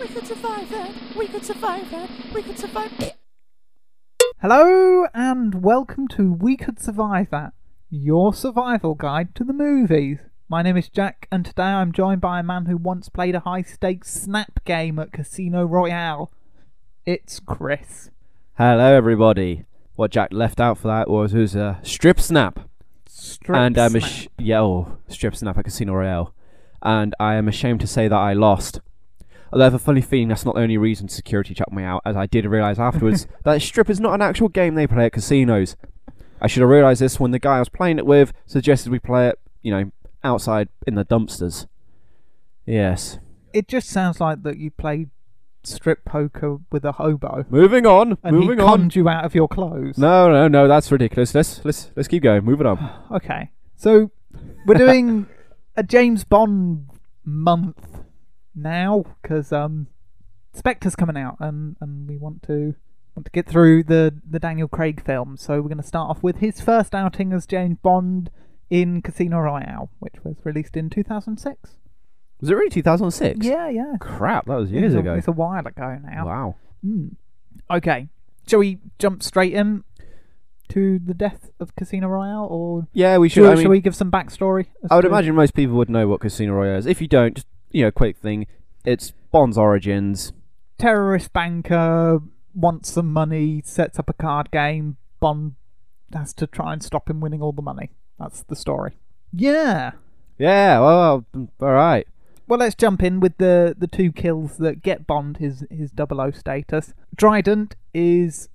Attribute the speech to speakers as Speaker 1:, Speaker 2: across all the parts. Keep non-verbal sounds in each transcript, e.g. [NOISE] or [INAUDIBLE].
Speaker 1: We could survive that. We could survive that. We could survive.
Speaker 2: Hello and welcome to We Could Survive That, your survival guide to the movies. My name is Jack, and today I'm joined by a man who once played a high stakes snap game at Casino Royale. It's Chris.
Speaker 3: Hello, everybody. What Jack left out for that was was a strip snap,
Speaker 2: Strip
Speaker 3: and I'm
Speaker 2: snap.
Speaker 3: ash- yeah, oh, strip snap at Casino Royale, and I am ashamed to say that I lost. Although I have a funny feeling that's not the only reason security chucked me out, as I did
Speaker 2: [LAUGHS]
Speaker 3: realise afterwards that strip is not an actual game they play at casinos. I should have realised this when the guy I was playing it with suggested we play it, you know, outside in the dumpsters. Yes.
Speaker 2: It just sounds like that you played strip poker with a hobo,
Speaker 3: Moving on.
Speaker 2: and
Speaker 3: moving
Speaker 2: he
Speaker 3: on.
Speaker 2: conned you out of your clothes.
Speaker 3: No, no, no. That's ridiculous. Let's let's let's keep going. Moving on.
Speaker 2: Okay, so we're doing a James Bond month now because um, Spectre's coming out, and, and we want to want to get through the the Daniel Craig film. So we're going to start off with his first outing as James Bond in Casino Royale, which was released in 2006.
Speaker 3: Was it really 2006?
Speaker 2: Yeah, yeah.
Speaker 3: Crap, that was
Speaker 2: it's
Speaker 3: years
Speaker 2: a,
Speaker 3: ago.
Speaker 2: It's a while ago now.
Speaker 3: Wow.
Speaker 2: Mm. Okay, shall we jump straight in to the death of Casino Royale, or
Speaker 3: Yeah, we should.
Speaker 2: shall,
Speaker 3: I, mean,
Speaker 2: shall we give some backstory? as
Speaker 3: I would
Speaker 2: to-
Speaker 3: imagine most people would know what Casino Royale is. If you don't, just, you know, quick thing. It's Bond's origins.
Speaker 2: terrorist banker wants some money, sets up a card game. Bond has to try and stop him winning all the money. That's the story. Yeah.
Speaker 3: Yeah. Well, mm, all right.
Speaker 2: Well, let's jump in with the the two kills that get Bond his his 00 status. Dryden is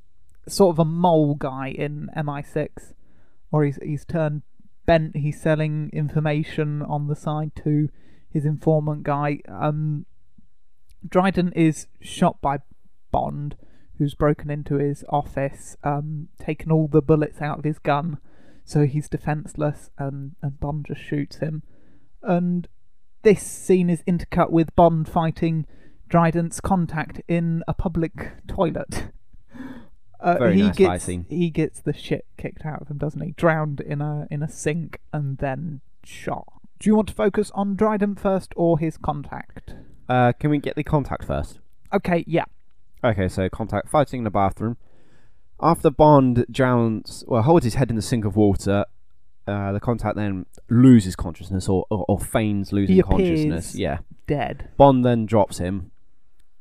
Speaker 2: sort of a mole guy in MI6, or he's he's turned bent. He's selling information on the side to his informant guy. Um, Dryden is shot by Bond, who's broken into his office, um, taken all the bullets out of his gun, so he's defenseless, and and Bond just shoots him. And this scene is intercut with Bond fighting Dryden's contact in a public toilet. [LAUGHS] Uh,
Speaker 3: Very
Speaker 2: he
Speaker 3: nice
Speaker 2: gets,
Speaker 3: fight scene.
Speaker 2: He gets the shit kicked out of him, doesn't he? Drowned in a in a sink and then shot. Do you want to focus on Dryden first or his contact?
Speaker 3: Uh, can we get the contact first?
Speaker 2: Okay, yeah.
Speaker 3: Okay, so contact fighting in the bathroom. After Bond drowns, well, holds his head in the sink of water. Uh, the contact then loses consciousness or, or, or feigns losing consciousness.
Speaker 2: appears-
Speaker 3: Yeah.
Speaker 2: Dead.
Speaker 3: Bond then drops him,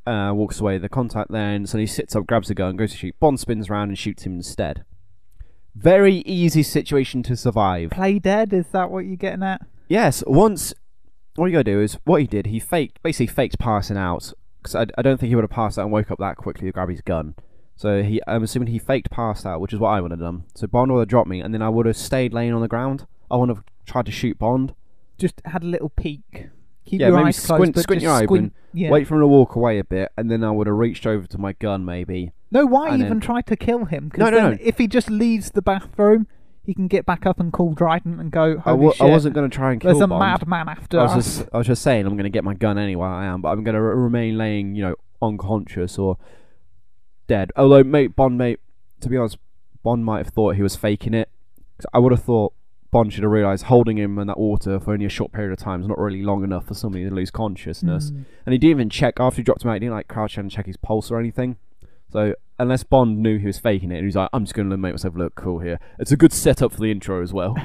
Speaker 3: uh, walks away. The contact then suddenly sits up, grabs a gun, goes to shoot. Bond spins around and shoots him instead. Very easy situation to survive.
Speaker 2: Play dead, is that what you're getting at?
Speaker 3: Yes, once. What you gotta do is what he did. He faked, basically faked passing out because I, I don't think he would have passed out and woke up that quickly to grab his gun. So he, I'm assuming he faked passed out, which is what I would have done. So Bond would have dropped me, and then I would have stayed laying on the ground. I wouldn't have tried to shoot Bond.
Speaker 2: Just had a little peek. Keep
Speaker 3: Yeah,
Speaker 2: your
Speaker 3: maybe
Speaker 2: eyes closed,
Speaker 3: squint-
Speaker 2: but
Speaker 3: squint
Speaker 2: just
Speaker 3: your eye open.
Speaker 2: squint- Yeah.
Speaker 3: Wait for him to walk away a bit, and then I would have reached over to my gun, maybe,
Speaker 2: No, why
Speaker 3: and
Speaker 2: even
Speaker 3: then-
Speaker 2: try to kill him? 'Cause
Speaker 3: No, no,
Speaker 2: then
Speaker 3: no.
Speaker 2: If he just leaves the bathroom, he can get back up and call Dryden and go,
Speaker 3: I
Speaker 2: "Holy
Speaker 3: wa-
Speaker 2: shit!"
Speaker 3: I wasn't going to try and kill
Speaker 2: There's a
Speaker 3: Bond.
Speaker 2: madman after
Speaker 3: I was
Speaker 2: us.
Speaker 3: just, I was just saying, I'm going to get my gun anyway. I am, but I'm going to remain laying, you know, unconscious or dead. Although, mate, Bond, mate, to be honest, Bond might have thought he was faking it. 'Cause I would have thought Bond should have realised holding him in that water for only a short period of time is not really long enough for somebody to lose consciousness.
Speaker 2: Mm.
Speaker 3: And he didn't even check after he dropped him out. He didn't like crouch down and check his pulse or anything. So unless Bond knew he was faking it, and he was like, "I'm just going to make myself look cool here." It's a good setup for the intro as [LAUGHS] well.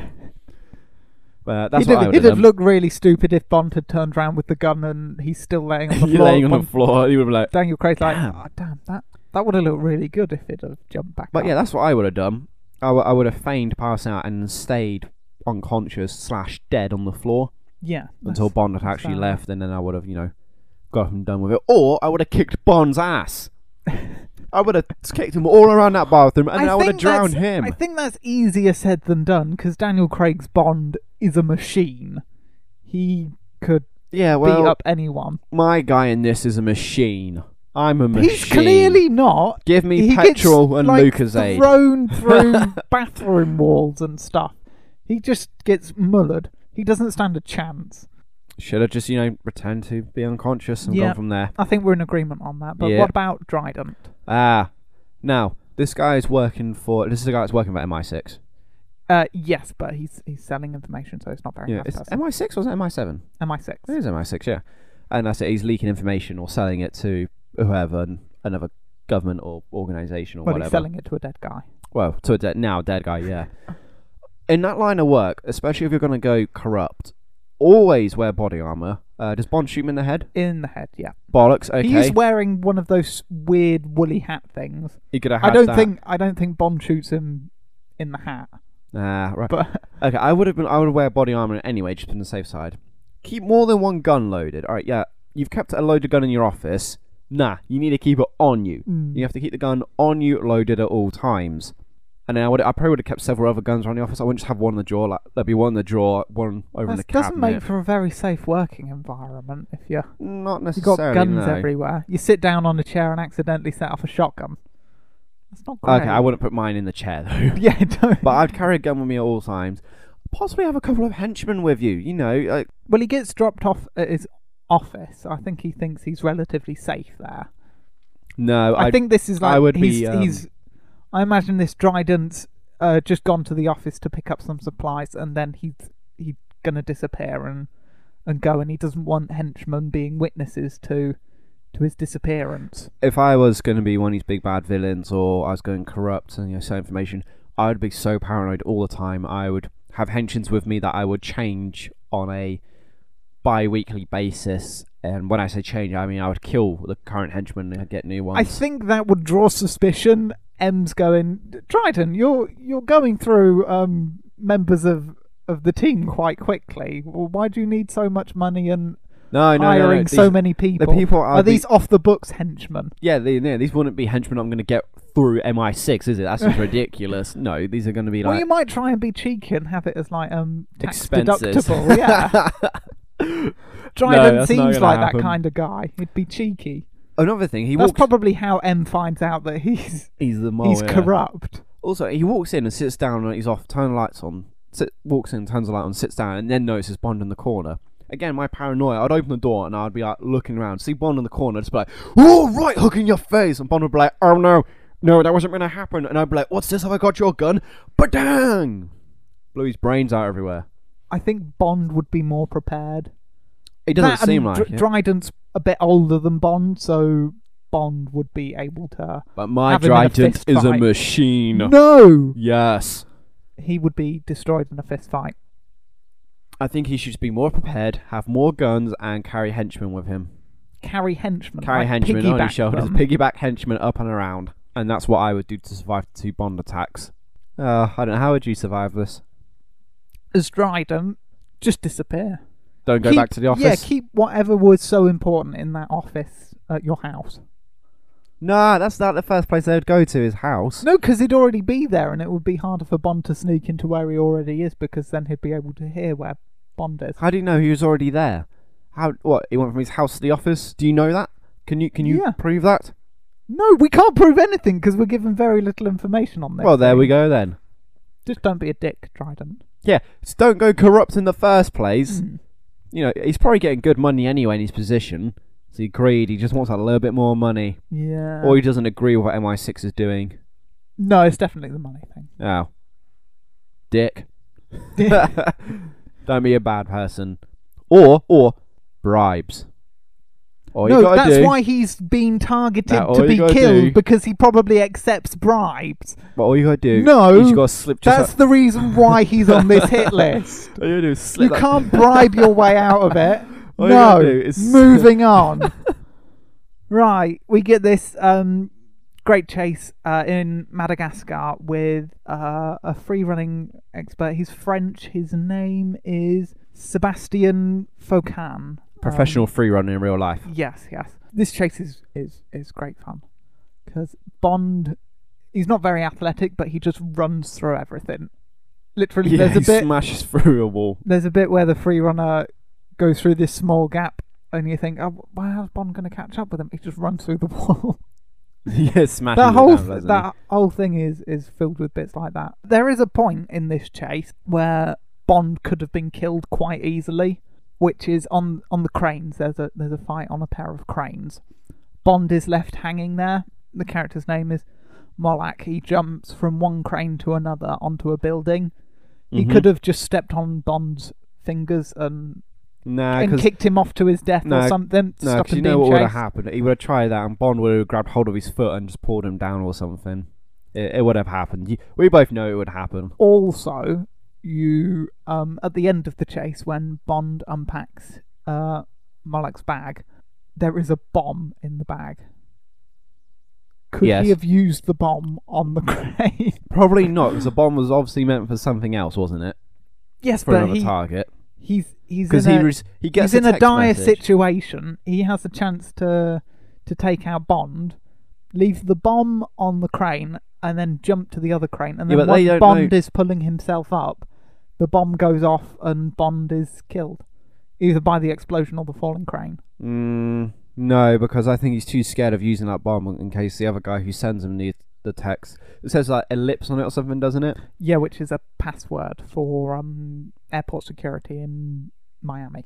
Speaker 3: But uh, that's
Speaker 2: he'd
Speaker 3: what I
Speaker 2: have,
Speaker 3: would
Speaker 2: he'd
Speaker 3: have
Speaker 2: have
Speaker 3: [LAUGHS] done.
Speaker 2: looked really stupid if Bond had turned around with the gun and he's still laying
Speaker 3: [LAUGHS]
Speaker 2: on the
Speaker 3: You're
Speaker 2: floor.
Speaker 3: laying on the
Speaker 2: Bond-
Speaker 3: floor. You would be like,
Speaker 2: Daniel Craig's like,
Speaker 3: Damn.
Speaker 2: "Ah, damn that that would have looked really good if it had jumped back."
Speaker 3: but
Speaker 2: up."
Speaker 3: yeah, that's what I would have done. I, w- I would have feigned pass out and stayed unconscious slash dead on the floor
Speaker 2: yeah.
Speaker 3: until
Speaker 2: that's-
Speaker 3: Bond had
Speaker 2: that's
Speaker 3: actually
Speaker 2: valid.
Speaker 3: left, and then I would have, you know, got him done with it. Or I would have kicked Bond's [LAUGHS] ass. I would have kicked him all around that bathroom, and
Speaker 2: I
Speaker 3: then I would have
Speaker 2: think that's-
Speaker 3: drowned him.
Speaker 2: I think that's easier said than done because Daniel Craig's Bond is a machine. He could
Speaker 3: yeah, well,
Speaker 2: beat up anyone.
Speaker 3: my guy in this is a machine. I'm a machine.
Speaker 2: He's clearly not.
Speaker 3: Give me
Speaker 2: he
Speaker 3: petrol
Speaker 2: gets,
Speaker 3: and
Speaker 2: like,
Speaker 3: Lucasade.
Speaker 2: thrown through
Speaker 3: [LAUGHS]
Speaker 2: bathroom walls and stuff. He just gets mullered. He doesn't stand a chance.
Speaker 3: Should have just, you know, pretend to be unconscious and
Speaker 2: Yeah.
Speaker 3: gone from there.
Speaker 2: I think we're in agreement on that. But
Speaker 3: Yeah.
Speaker 2: what about Dryden?
Speaker 3: Ah, now this guy is working for. This is the guy that's working for MI6.
Speaker 2: Uh, yes, but he's he's selling information, so it's not very
Speaker 3: Yeah,
Speaker 2: nice.
Speaker 3: it's
Speaker 2: person.
Speaker 3: MI6 or is it MI7?
Speaker 2: MI6.
Speaker 3: It is MI6, yeah. and that's it. He's leaking information or selling it to whoever, n- another government or organization or
Speaker 2: Well,
Speaker 3: whatever.
Speaker 2: he's selling it to a dead guy.
Speaker 3: well, to a dead now dead guy, yeah. In that line of work, especially if you're going to go corrupt, always wear body armor. Uh, does Bond shoot him in the head?
Speaker 2: In the head, yeah.
Speaker 3: Bollocks. Okay,
Speaker 2: He is wearing one of those weird woolly hat things.
Speaker 3: He could have
Speaker 2: I
Speaker 3: had
Speaker 2: don't
Speaker 3: that.
Speaker 2: think I don't think Bond shoots him in the hat.
Speaker 3: Nah, right.
Speaker 2: But
Speaker 3: [LAUGHS] Okay, I would have been. I would wear body armor anyway, just on the safe side. Keep more than one gun loaded. All right, yeah. You've kept a loaded gun in your office. Nah, you need to keep it on you.
Speaker 2: Mm.
Speaker 3: You have to keep the gun on you, loaded at all times. And then I would. I probably would have kept several other guns around the office. I wouldn't just have one in the drawer. Like there'd be one in the drawer, one over in the
Speaker 2: that
Speaker 3: cabinet.
Speaker 2: doesn't make for a very safe working environment if you you
Speaker 3: Not
Speaker 2: got
Speaker 3: necessarily.
Speaker 2: guns
Speaker 3: no.
Speaker 2: everywhere. You sit down on a chair and accidentally set off a shotgun. That's not great.
Speaker 3: Okay, I wouldn't put mine in the chair [LAUGHS] though.
Speaker 2: [LAUGHS] Yeah, don't.
Speaker 3: but I'd carry a gun with me at all times. Possibly have a couple of henchmen with you. You know, like
Speaker 2: Well, he gets dropped off at his office. I think he thinks he's relatively safe there.
Speaker 3: no.
Speaker 2: I
Speaker 3: I'd-
Speaker 2: think this is
Speaker 3: I
Speaker 2: like
Speaker 3: would
Speaker 2: he's,
Speaker 3: be, um,
Speaker 2: he's. I imagine this Dryden's uh, just gone to the office to pick up some supplies, and then he's he's gonna disappear and and go, and he doesn't want henchmen being witnesses to to his disappearance.
Speaker 3: if I was going to be one of these big bad villains or I was going corrupt and you know, sell information, I would be so paranoid all the time. I would have henchins with me that I would change on a bi weekly basis. And when I say change, I mean I would kill the current henchman and get new ones.
Speaker 2: I think that would draw suspicion. M's going, Dryden, you're you're going through um, members of of the team quite quickly. Well, why do you need so much money and
Speaker 3: no, no, no, no,
Speaker 2: hiring
Speaker 3: these-
Speaker 2: so many people?
Speaker 3: The people
Speaker 2: are
Speaker 3: are
Speaker 2: these off the books henchmen?
Speaker 3: Yeah, they, no, these wouldn't be henchmen I'm going to get through MI6, is it?
Speaker 2: [LAUGHS]
Speaker 3: That's just ridiculous. No, these are going to be
Speaker 2: well,
Speaker 3: like
Speaker 2: you might try and be cheeky and have it as like um tax
Speaker 3: expenses.
Speaker 2: deductible. Yeah,
Speaker 3: [LAUGHS]
Speaker 2: Dryden
Speaker 3: that's not
Speaker 2: seems
Speaker 3: gonna
Speaker 2: like
Speaker 3: happen.
Speaker 2: that kind of guy. He'd be cheeky.
Speaker 3: Another thing, he
Speaker 2: That's
Speaker 3: walks.
Speaker 2: probably how M finds out that he's
Speaker 3: he's the mole.
Speaker 2: he's
Speaker 3: yeah.
Speaker 2: corrupt.
Speaker 3: Also, he walks in and sits down and he's off, turn the lights on, sit, walks in, turns the light on, sits down, and then notices Bond in the corner. Again, my paranoia, I'd open the door and I'd be like looking around, see Bond in the corner, just be like, oh, right, hook in your face. And Bond would be like, oh no, no, that wasn't going to happen. And I'd be like, what's this? Have I got your gun? But dang! Blew his brains out everywhere.
Speaker 2: I think Bond would be more prepared.
Speaker 3: It doesn't
Speaker 2: That and
Speaker 3: seem like
Speaker 2: Dr-
Speaker 3: it.
Speaker 2: Dryden's a bit older than Bond, so Bond would be able to.
Speaker 3: But my
Speaker 2: having a
Speaker 3: Dryden
Speaker 2: fist
Speaker 3: is a
Speaker 2: fight.
Speaker 3: machine.
Speaker 2: No,
Speaker 3: Yes.
Speaker 2: he would be destroyed in a fist fight.
Speaker 3: I think he should be more prepared, have more guns, and carry henchmen with him.
Speaker 2: Carry henchmen.
Speaker 3: carry
Speaker 2: like
Speaker 3: henchmen on his
Speaker 2: piggyback
Speaker 3: shoulders,
Speaker 2: them.
Speaker 3: piggyback henchmen up and around, and that's what I would do to survive two Bond attacks. Uh, I don't know how would you survive this.
Speaker 2: As Dryden, just disappear.
Speaker 3: Don't go
Speaker 2: Keep-
Speaker 3: back to the office.
Speaker 2: Yeah, keep whatever was so important in that office at your house.
Speaker 3: nah, that's not the first place they would go to his house.
Speaker 2: No, because he'd already be there, and it would be harder for Bond to sneak into where he already is because then he'd be able to hear where Bond is.
Speaker 3: How do you know he was already there? How what he went from his house to the office? Do you know that? Can you can you
Speaker 2: Yeah.
Speaker 3: prove that?
Speaker 2: No, we can't prove anything because we're given very little information on this.
Speaker 3: well, there
Speaker 2: thing.
Speaker 3: we go then.
Speaker 2: Just don't be a dick, Dryden. Hmm.
Speaker 3: Yeah, so don't go corrupt in the first place. You know he's probably getting good money anyway in his position. So he's greedy, just wants a little bit more money,
Speaker 2: Yeah.
Speaker 3: or he doesn't agree with what MI6 is doing.
Speaker 2: no, it's definitely the money thing.
Speaker 3: Oh.
Speaker 2: [LAUGHS]
Speaker 3: Dick. Don't be a bad person. Or or bribes. All you
Speaker 2: no,
Speaker 3: gotta
Speaker 2: that's
Speaker 3: do,
Speaker 2: why he's been targeted
Speaker 3: That all
Speaker 2: to
Speaker 3: you
Speaker 2: be
Speaker 3: gotta
Speaker 2: killed
Speaker 3: do-
Speaker 2: because he probably accepts bribes.
Speaker 3: But all you gotta do.
Speaker 2: No,
Speaker 3: You just gotta slip. Just
Speaker 2: That's the reason why he's on
Speaker 3: [LAUGHS]
Speaker 2: this hit list.
Speaker 3: all you gotta do is
Speaker 2: You
Speaker 3: slip. that-
Speaker 2: can't bribe your way out of it.
Speaker 3: All you
Speaker 2: no.
Speaker 3: gotta do is- [LAUGHS]
Speaker 2: Moving on. right, we get this um, great chase uh, in Madagascar with uh, a free running expert. He's French. His name is Sebastian Focan.
Speaker 3: Professional
Speaker 2: Um,
Speaker 3: free runner in real life.
Speaker 2: Yes, yes. This chase is is is great fun because Bond, he's not very athletic, but he just runs through everything. Literally,
Speaker 3: Yeah,
Speaker 2: there's a
Speaker 3: he
Speaker 2: bit
Speaker 3: smashes through a wall. [LAUGHS]
Speaker 2: there's a bit where the free runner goes through this small gap, and you think, oh, why how's Bond going to catch up with him? He just runs through the [LAUGHS] wall.
Speaker 3: yeah, smashes.
Speaker 2: that whole
Speaker 3: it down, doesn't he?
Speaker 2: that whole thing is is filled with bits like that. There is a point in this chase where Bond could have been killed quite easily, which is on on the cranes. There's a there's a fight on a pair of cranes. Bond is left hanging there. The character's name is Moloch. He jumps from one crane to another onto a building. He
Speaker 3: Mhm.
Speaker 2: could have just stepped on Bond's fingers and
Speaker 3: Nah,
Speaker 2: and
Speaker 3: because
Speaker 2: kicked him off to his death
Speaker 3: No,
Speaker 2: or something. to
Speaker 3: no,
Speaker 2: stop
Speaker 3: 'cause
Speaker 2: him
Speaker 3: you know what
Speaker 2: being
Speaker 3: would have
Speaker 2: chased.
Speaker 3: happened. He would have tried that, and Bond would have grabbed hold of his foot and just pulled him down or something. It, it would have happened. You, we both know it would happen.
Speaker 2: Also, you um, at the end of the chase when Bond unpacks uh, Moloch's bag, there is a bomb in the bag. Could
Speaker 3: Yes.
Speaker 2: he have used the bomb on the [LAUGHS] crane?
Speaker 3: Probably not, because the bomb was obviously meant for something else, wasn't it?
Speaker 2: yes,
Speaker 3: For
Speaker 2: but
Speaker 3: another
Speaker 2: he,
Speaker 3: target.
Speaker 2: he's he's
Speaker 3: Because
Speaker 2: in
Speaker 3: he
Speaker 2: a,
Speaker 3: was, he gets
Speaker 2: he's in a
Speaker 3: text
Speaker 2: dire
Speaker 3: message.
Speaker 2: situation. He has a chance to to take out Bond, leave the bomb on the crane, and then jump to the other crane. And
Speaker 3: Yeah,
Speaker 2: then
Speaker 3: but they
Speaker 2: when
Speaker 3: don't
Speaker 2: Bond
Speaker 3: know-
Speaker 2: is pulling himself up, the bomb goes off and Bond is killed, either by the explosion or the falling crane.
Speaker 3: Mm, no, because I think he's too scared of using that bomb in case the other guy who sends him the the text it says like ellipse on it or something, doesn't it?
Speaker 2: Yeah, which is a password for um, airport security in Miami.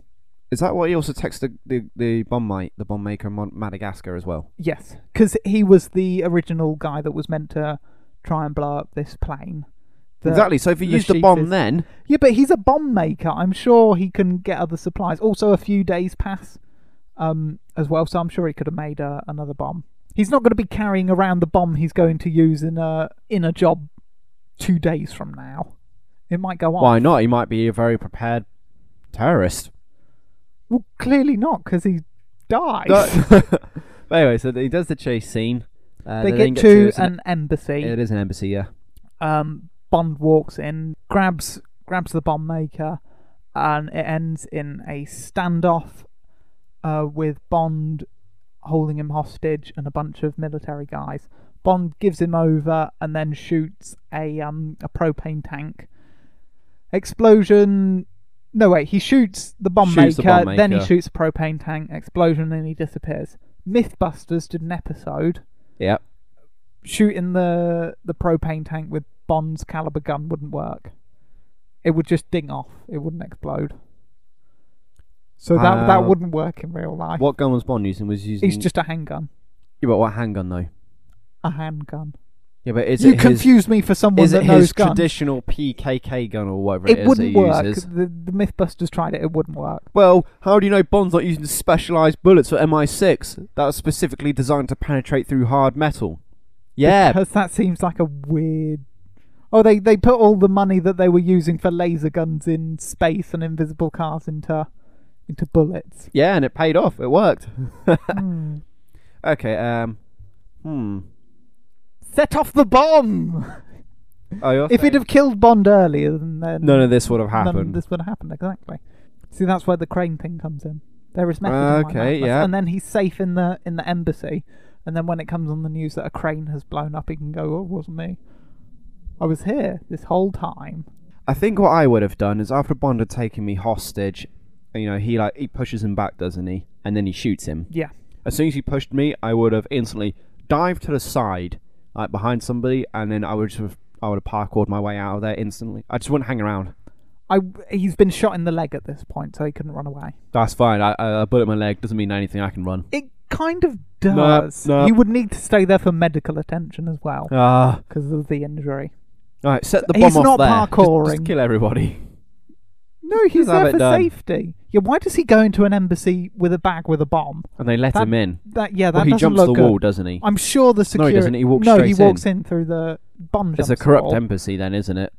Speaker 3: Is that what he also texted the the, the bomb mate, the bomb maker in Mon- Madagascar as well?
Speaker 2: Yes, because he was the original guy that was meant to try and blow up this plane. The-
Speaker 3: exactly. So if he
Speaker 2: the
Speaker 3: used the
Speaker 2: sheath
Speaker 3: bomb
Speaker 2: is-
Speaker 3: then,
Speaker 2: Yeah, but he's a bomb maker. I'm sure he can get other supplies. Also, a few days pass um, as well, so I'm sure he could have made uh, another bomb. He's not going to be carrying around the bomb he's going to use in a in a job two days from now. It might go on.
Speaker 3: why not? He might be a very prepared terrorist.
Speaker 2: Well, clearly not, because he dies.
Speaker 3: [LAUGHS] but anyway, so he does the chase scene. Uh,
Speaker 2: they
Speaker 3: then
Speaker 2: get
Speaker 3: to
Speaker 2: to an embassy.
Speaker 3: It is an embassy, yeah.
Speaker 2: um, Bond walks in, grabs grabs the bomb maker, and it ends in a standoff uh, with Bond holding him hostage and a bunch of military guys. Bond gives him over and then shoots a um, a propane tank. Explosion. No wait, he shoots the bomb,
Speaker 3: Shoots the
Speaker 2: maker,
Speaker 3: bomb
Speaker 2: then he
Speaker 3: maker.
Speaker 2: shoots a propane tank. Explosion, and he disappears. MythBusters did an episode
Speaker 3: Yep.
Speaker 2: shooting the the propane tank with Bond's caliber gun wouldn't work. It would just ding off. It wouldn't explode. So that
Speaker 3: Uh,
Speaker 2: that wouldn't work in real life.
Speaker 3: What gun was Bond using? Was he using?
Speaker 2: It's just a handgun.
Speaker 3: yeah, but what handgun though?
Speaker 2: A handgun.
Speaker 3: Yeah, but is
Speaker 2: you
Speaker 3: it his,
Speaker 2: confuse me for someone
Speaker 3: is
Speaker 2: that
Speaker 3: it his
Speaker 2: knows guns.
Speaker 3: traditional PKK gun or whatever
Speaker 2: It
Speaker 3: is
Speaker 2: wouldn't
Speaker 3: that he
Speaker 2: work.
Speaker 3: uses?
Speaker 2: The, the MythBusters tried it. It wouldn't work.
Speaker 3: Well, how do you know Bond's not using specialized bullets for MI6 that are specifically designed to penetrate through hard metal? Yeah,
Speaker 2: because that seems like a weird. Oh, they they put all the money that they were using for laser guns in space and invisible cars into into
Speaker 3: [LAUGHS]
Speaker 2: bullets.
Speaker 3: yeah, and it paid off. It worked.
Speaker 2: Hmm.
Speaker 3: okay. Um. Hmm.
Speaker 2: Set off the bomb.
Speaker 3: Oh, you're
Speaker 2: If he'd
Speaker 3: saying-
Speaker 2: have killed Bond earlier, then, then
Speaker 3: none of this would have
Speaker 2: none of
Speaker 3: happened.
Speaker 2: this would have happened exactly. See, that's where the crane thing comes in. There is method.
Speaker 3: Ah,
Speaker 2: in my
Speaker 3: okay,
Speaker 2: madness.
Speaker 3: yeah.
Speaker 2: And then he's safe in the in the embassy, and then when it comes on the news that a crane has blown up, he can go, "Oh, it wasn't me. I was here this whole time."
Speaker 3: I think what I would have done is after Bond had taken me hostage, you know, he like he pushes him back, doesn't he? And then he shoots him.
Speaker 2: Yeah.
Speaker 3: As soon as he pushed me, I would have instantly dived to the side, like behind somebody, and then I would just have, I would have parkoured my way out of there instantly. I just wouldn't hang around.
Speaker 2: I he's been shot in the leg at this point, so he couldn't run away.
Speaker 3: That's fine. I, I, a bullet in my leg doesn't mean anything. I can run.
Speaker 2: It kind of does.
Speaker 3: no.
Speaker 2: You would need to stay there for medical attention as well
Speaker 3: Ah,
Speaker 2: because of the injury.
Speaker 3: all right. Set the bomb
Speaker 2: He's
Speaker 3: off
Speaker 2: not
Speaker 3: there. Just- Just,
Speaker 2: parkouring.
Speaker 3: kill everybody.
Speaker 2: No, he's
Speaker 3: Just have
Speaker 2: there
Speaker 3: it
Speaker 2: for
Speaker 3: done.
Speaker 2: safety. Yeah, why does he go into an embassy with a bag with a bomb?
Speaker 3: And they let
Speaker 2: That-
Speaker 3: him in.
Speaker 2: That yeah, that
Speaker 3: Well, he
Speaker 2: doesn't
Speaker 3: jumps
Speaker 2: look
Speaker 3: the
Speaker 2: good.
Speaker 3: wall, doesn't he?
Speaker 2: I'm sure the
Speaker 3: No, he
Speaker 2: security.
Speaker 3: doesn't. He walks
Speaker 2: no,
Speaker 3: straight
Speaker 2: he
Speaker 3: in.
Speaker 2: walks in through the Bond.
Speaker 3: It's a
Speaker 2: jumps
Speaker 3: corrupt
Speaker 2: wall.
Speaker 3: embassy, then, isn't it?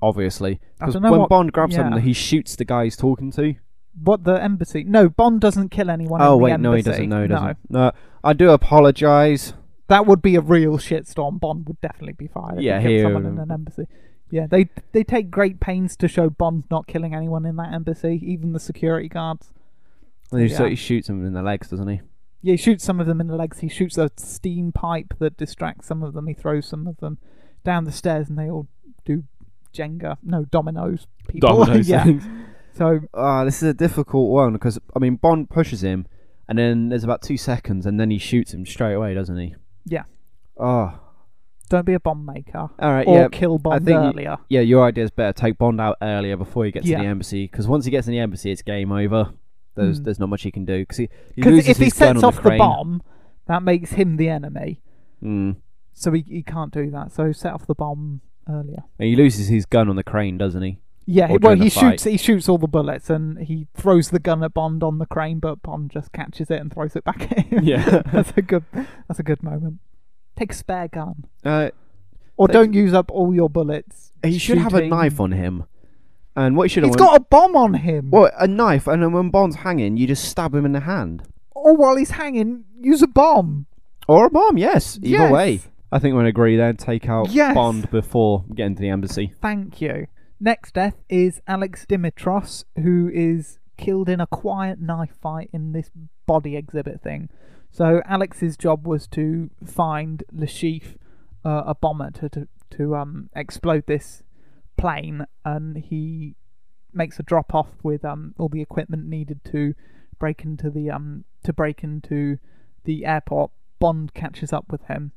Speaker 3: Obviously,
Speaker 2: I
Speaker 3: because
Speaker 2: don't know
Speaker 3: when
Speaker 2: what-
Speaker 3: Bond grabs
Speaker 2: yeah.
Speaker 3: him, he shoots the guy he's talking to.
Speaker 2: What the embassy? No, Bond doesn't kill anyone.
Speaker 3: Oh
Speaker 2: in the
Speaker 3: wait, no, he
Speaker 2: embassy.
Speaker 3: doesn't. No, he doesn't. No, I do apologise.
Speaker 2: that would be a real shitstorm. Bond would definitely be fired. if
Speaker 3: Yeah,
Speaker 2: he
Speaker 3: he- um,
Speaker 2: killed someone in an embassy. Yeah, they they take great pains to show Bond not killing anyone in that embassy, even the security guards.
Speaker 3: And he- So
Speaker 2: Yeah.
Speaker 3: he shoots him in the legs,
Speaker 2: [LAUGHS]
Speaker 3: doesn't he?
Speaker 2: Yeah, he shoots some of them in the legs. He shoots a steam pipe that distracts some of them. He throws some of them down the stairs, and they all do Jenga. No, dominoes. People. [LAUGHS] yeah.
Speaker 3: [LAUGHS]
Speaker 2: So
Speaker 3: Ah, this is a difficult one because I mean Bond pushes him, and then there's about two seconds, and then he shoots him straight away, doesn't he?
Speaker 2: Yeah.
Speaker 3: Oh,
Speaker 2: don't be a bomb maker.
Speaker 3: all right.
Speaker 2: or
Speaker 3: Uh, yeah,
Speaker 2: kill Bond
Speaker 3: think you-
Speaker 2: earlier.
Speaker 3: yeah. Your idea is better. Take Bond out earlier before he gets
Speaker 2: Yeah.
Speaker 3: to the embassy because once he gets in the embassy, it's game over. There's
Speaker 2: Mm.
Speaker 3: there's not much he can do because he, he
Speaker 2: Because
Speaker 3: loses
Speaker 2: if he
Speaker 3: his gun
Speaker 2: sets
Speaker 3: on
Speaker 2: off
Speaker 3: the,
Speaker 2: the,
Speaker 3: crane.
Speaker 2: bomb, that makes him the enemy.
Speaker 3: Mm.
Speaker 2: So he, he can't do that. So set off the bomb earlier.
Speaker 3: And he loses his gun on the crane, doesn't he?
Speaker 2: Yeah,
Speaker 3: Or
Speaker 2: well,
Speaker 3: during the
Speaker 2: he
Speaker 3: fight.
Speaker 2: shoots. He shoots all the bullets, and he throws the gun at Bond on the crane, but Bond just catches it and throws it back at him.
Speaker 3: Yeah.
Speaker 2: [LAUGHS] that's a good. That's a good moment. Take a spare gun,
Speaker 3: Uh,
Speaker 2: or
Speaker 3: Take-
Speaker 2: don't use up all your bullets.
Speaker 3: he should have a
Speaker 2: shooting.
Speaker 3: knife on him. And what he should have
Speaker 2: He's
Speaker 3: done-
Speaker 2: got a bomb on him.
Speaker 3: well, a knife, and then when Bond's hanging, you just stab him in the hand.
Speaker 2: Or while he's hanging, use a bomb.
Speaker 3: Or a bomb, yes. Either
Speaker 2: Yes.
Speaker 3: way. I think we'll agree then. Take out
Speaker 2: Yes.
Speaker 3: Bond before getting to the embassy.
Speaker 2: Thank you. Next death is Alex Dimitros, who is killed in a quiet knife fight in this body exhibit thing. So Alex's job was to find Lashif, uh, a bomber, to to, to um, explode this plane, and he makes a drop off with um, all the equipment needed to break into the um, to break into the airport. Bond catches up with him.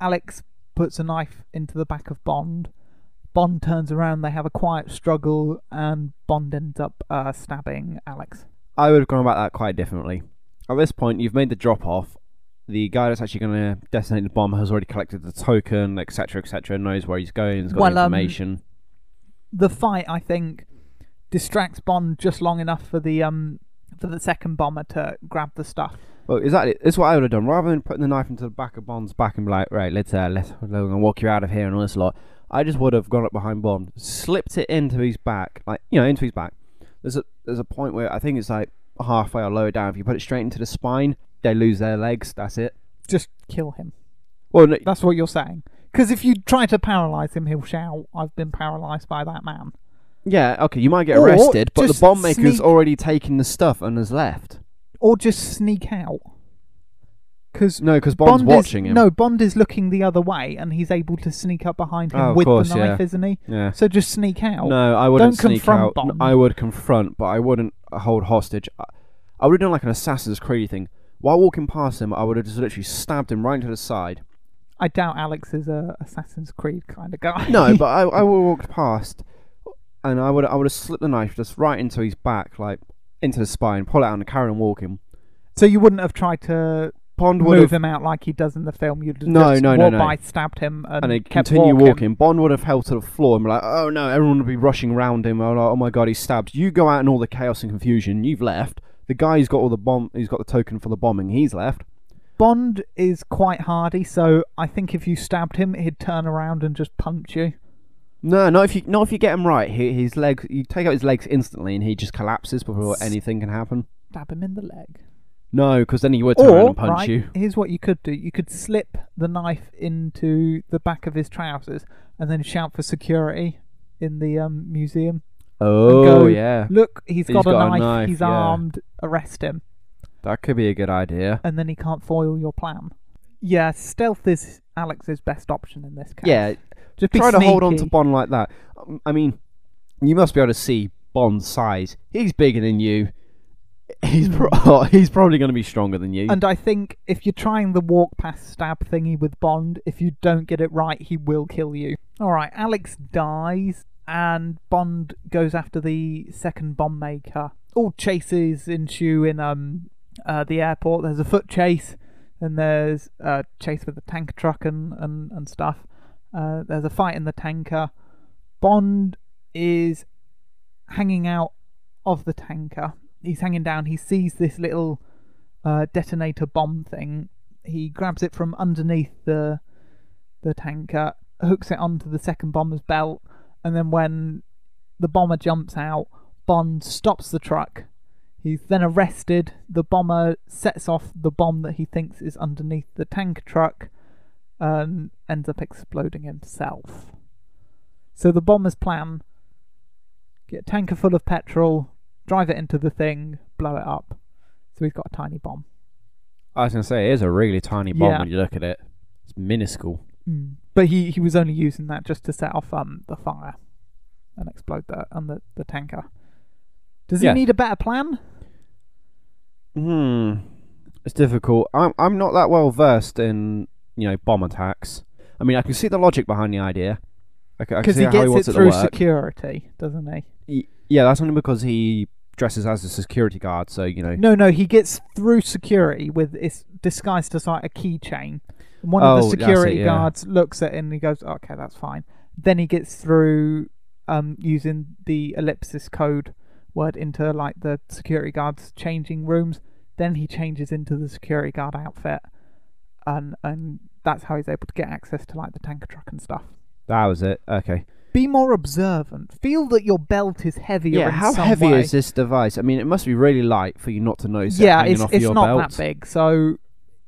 Speaker 2: Alex puts a knife into the back of Bond. Bond turns around, they have a quiet struggle, and Bond ends up uh, stabbing Alex.
Speaker 3: I would have gone about that quite differently. At this point, you've made the drop off. The guy that's actually going to detonate the bomb has already collected the token, etc., etc., knows where he's going, has got
Speaker 2: Well,
Speaker 3: the
Speaker 2: um,
Speaker 3: information.
Speaker 2: The fight, I think, distracts Bond just long enough for the um for the second bomber to grab the stuff.
Speaker 3: Well, exactly. That's what I would have done. Rather than putting the knife into the back of Bond's back and be like, right, let's uh, let's we're gonna walk you out of here and all this lot. I just would have gone up behind Bond, slipped it into his back, like you know, into his back. There's a there's a point where I think it's like halfway or lower down. If you put it straight into the spine, they lose their legs. That's it.
Speaker 2: Just kill him.
Speaker 3: Well, no,
Speaker 2: That's what you're saying. Because if you try to paralyze him, he'll shout, "I've been paralyzed by that man."
Speaker 3: yeah, okay, you might get
Speaker 2: Or
Speaker 3: arrested, but the
Speaker 2: just
Speaker 3: bomb maker's
Speaker 2: sneak-
Speaker 3: already taken the stuff and has left.
Speaker 2: Or just sneak out. Because
Speaker 3: No, because Bond's
Speaker 2: Bond
Speaker 3: watching
Speaker 2: is,
Speaker 3: him.
Speaker 2: No, Bond is looking the other way, and he's able to sneak up behind him
Speaker 3: Oh, of
Speaker 2: with
Speaker 3: course,
Speaker 2: the knife,
Speaker 3: yeah.
Speaker 2: isn't he?
Speaker 3: Yeah.
Speaker 2: So just sneak out.
Speaker 3: No, I wouldn't
Speaker 2: Oh, Don't
Speaker 3: sneak
Speaker 2: confront
Speaker 3: out. N-
Speaker 2: Bond.
Speaker 3: I would confront, but I wouldn't hold hostage. I, I would have done like an Assassin's Creed thing. While walking past him, I would have just literally stabbed him right into
Speaker 2: [LAUGHS]
Speaker 3: the side.
Speaker 2: I doubt Alex is a Assassin's Creed kind of guy.
Speaker 3: No, but I, I would have walked past, and I would I would have slipped the knife just right into his back, like into the spine, pull it out and carry on walking.
Speaker 2: [LAUGHS] so you wouldn't have tried to
Speaker 3: Bond would
Speaker 2: move
Speaker 3: have
Speaker 2: him out like he does in the film. You'd just
Speaker 3: No, no, no,
Speaker 2: walked
Speaker 3: no.
Speaker 2: by, stabbed him, and,
Speaker 3: and he'd
Speaker 2: kept
Speaker 3: continue
Speaker 2: walking.
Speaker 3: walking. Bond would have held to the floor and be like, "Oh no!" Everyone would be rushing round him. Oh, like, oh my god, he's stabbed. You go out in all the chaos and confusion. You've left. The guy's got all the bomb. He's got the token for the bombing. He's left.
Speaker 2: Bond is quite hardy, so I think if you stabbed him, he'd turn around and just punch you.
Speaker 3: No, not if you not if you get him right. He, his legs, you take out his legs instantly, and he just collapses before anything can happen.
Speaker 2: Stab him in the leg.
Speaker 3: No, because then he would turn around
Speaker 2: Or
Speaker 3: and punch
Speaker 2: right,
Speaker 3: you.
Speaker 2: here's what you could do: you could slip the knife into the back of his trousers, and then shout for security in the um, museum.
Speaker 3: Oh
Speaker 2: go-
Speaker 3: yeah,
Speaker 2: Look, he's got,
Speaker 3: He's got a
Speaker 2: knife.
Speaker 3: knife,
Speaker 2: He's
Speaker 3: yeah.
Speaker 2: armed. Arrest him.
Speaker 3: that could be a good idea.
Speaker 2: and then he can't foil your plan. Yeah, stealth is Alex's best option in this case.
Speaker 3: Yeah,
Speaker 2: just be
Speaker 3: try to hold on to
Speaker 2: sneaky.
Speaker 3: Bond like that. Um, I mean, you must be able to see Bond's size. He's bigger than you. [LAUGHS] He's pro- [LAUGHS] he's probably going to be stronger than you.
Speaker 2: And I think if you're trying the walk past stab thingy with Bond, if you don't get it right, he will kill you. All right, Alex dies, and Bond goes after the second bomb maker. All chases ensue in um uh, the airport. There's a foot chase, and there's a chase with a tanker truck and and and stuff. Uh, there's a fight in the tanker. Bond is hanging out of the tanker. He's hanging down. He sees this little uh, detonator bomb thing. He grabs it from underneath the the tanker, hooks it onto the second bomber's belt, and then when the bomber jumps out, Bond stops the truck. He's then arrested. The bomber sets off the bomb that he thinks is underneath the tanker truck, and ends up exploding himself. So the bomber's plan: get a tanker full of petrol, drive it into the thing, blow it up. So he's got a tiny bomb.
Speaker 3: I was going to say, it is a really tiny bomb
Speaker 2: Yeah.
Speaker 3: when you look at it. It's minuscule.
Speaker 2: But he, he was only using that just to set off um the fire and explode the and the, the tanker. Does he
Speaker 3: Yes.
Speaker 2: need a better plan?
Speaker 3: Hmm. It's difficult. I'm I'm not that well versed in you know bomb attacks. I mean, I can see the logic behind the idea. I c- I can
Speaker 2: Because
Speaker 3: see
Speaker 2: he
Speaker 3: how he
Speaker 2: gets
Speaker 3: wants
Speaker 2: it
Speaker 3: to
Speaker 2: through
Speaker 3: work.
Speaker 2: security, doesn't he?
Speaker 3: Y- yeah, that's only because he dresses as a security guard. So you know.
Speaker 2: No, no, he gets through security with it's disguised as like a keychain. And One of
Speaker 3: Oh,
Speaker 2: the
Speaker 3: that's it,
Speaker 2: security
Speaker 3: yeah.
Speaker 2: guards looks at it and he goes, "Okay, that's fine." Then he gets through um, using the ellipsis code word into like the security guard's changing rooms. Then he changes into the security guard outfit, and and that's how he's able to get access to like the tanker truck and stuff.
Speaker 3: That was it. Okay.
Speaker 2: Be more observant. Feel that your belt is heavier.
Speaker 3: yeah.
Speaker 2: in
Speaker 3: How
Speaker 2: some
Speaker 3: heavy
Speaker 2: way.
Speaker 3: is this device? I mean, it must be really light for you not to notice. it
Speaker 2: Yeah,
Speaker 3: hanging
Speaker 2: it's,
Speaker 3: off
Speaker 2: it's
Speaker 3: your
Speaker 2: not
Speaker 3: belt.
Speaker 2: that big, so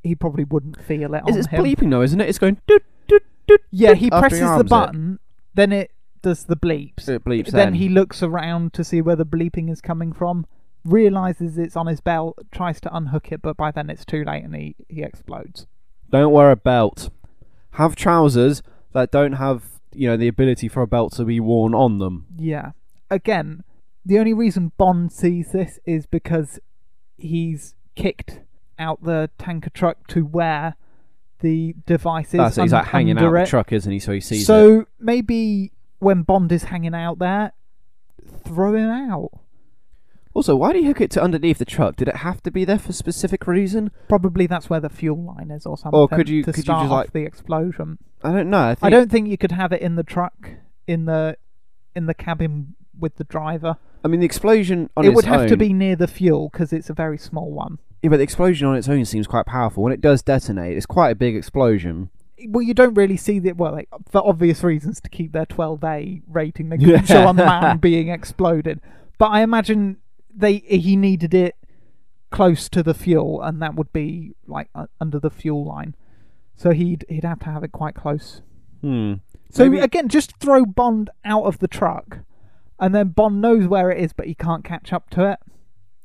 Speaker 2: he probably wouldn't feel it
Speaker 3: It's,
Speaker 2: on
Speaker 3: it's
Speaker 2: him.
Speaker 3: bleeping though, isn't it? It's going. Doot, doot, doot,
Speaker 2: yeah,
Speaker 3: doot
Speaker 2: he
Speaker 3: after he
Speaker 2: presses the
Speaker 3: arms it.
Speaker 2: button, then it does the bleeps.
Speaker 3: It bleeps.
Speaker 2: then he looks around to see where the bleeping is coming from, realizes it's on his belt, tries to unhook it, but by then it's too late and he, he explodes.
Speaker 3: Don't wear a belt. Have trousers that don't have you know the ability for a belt to be worn on them.
Speaker 2: Yeah. Again, the only reason Bond sees this is because he's kicked out the tanker truck to where the device is.
Speaker 3: That's it. He's
Speaker 2: un-
Speaker 3: like hanging out
Speaker 2: under
Speaker 3: the
Speaker 2: it.
Speaker 3: truck, isn't he? So he sees it.
Speaker 2: So maybe when Bond is hanging out there, throw him out.
Speaker 3: Also, why do you hook it to underneath the truck? Did it have to be there for a specific reason?
Speaker 2: Probably that's where the fuel line is or something.
Speaker 3: Or could you-
Speaker 2: to
Speaker 3: could you
Speaker 2: start
Speaker 3: just,
Speaker 2: off
Speaker 3: like-
Speaker 2: the explosion?
Speaker 3: I don't know. I, think
Speaker 2: I don't think you could have it in the truck in the in the cabin with the driver.
Speaker 3: I mean, the explosion on
Speaker 2: it
Speaker 3: its
Speaker 2: would have to
Speaker 3: own-
Speaker 2: be near the fuel because it's a very small one.
Speaker 3: Yeah, but the explosion on its own seems quite powerful. When it does detonate, it's quite a big explosion.
Speaker 2: Well, you don't really see the well, like, for obvious reasons, to keep their 12A rating. They couldn't show a man being exploded, but I imagine they he needed it close to the fuel, and that would be like uh, under the fuel line. So he'd he'd have to have it quite close.
Speaker 3: Hmm.
Speaker 2: So
Speaker 3: Maybe-
Speaker 2: again, just throw Bond out of the truck, and then Bond knows where it is, but he can't catch up to it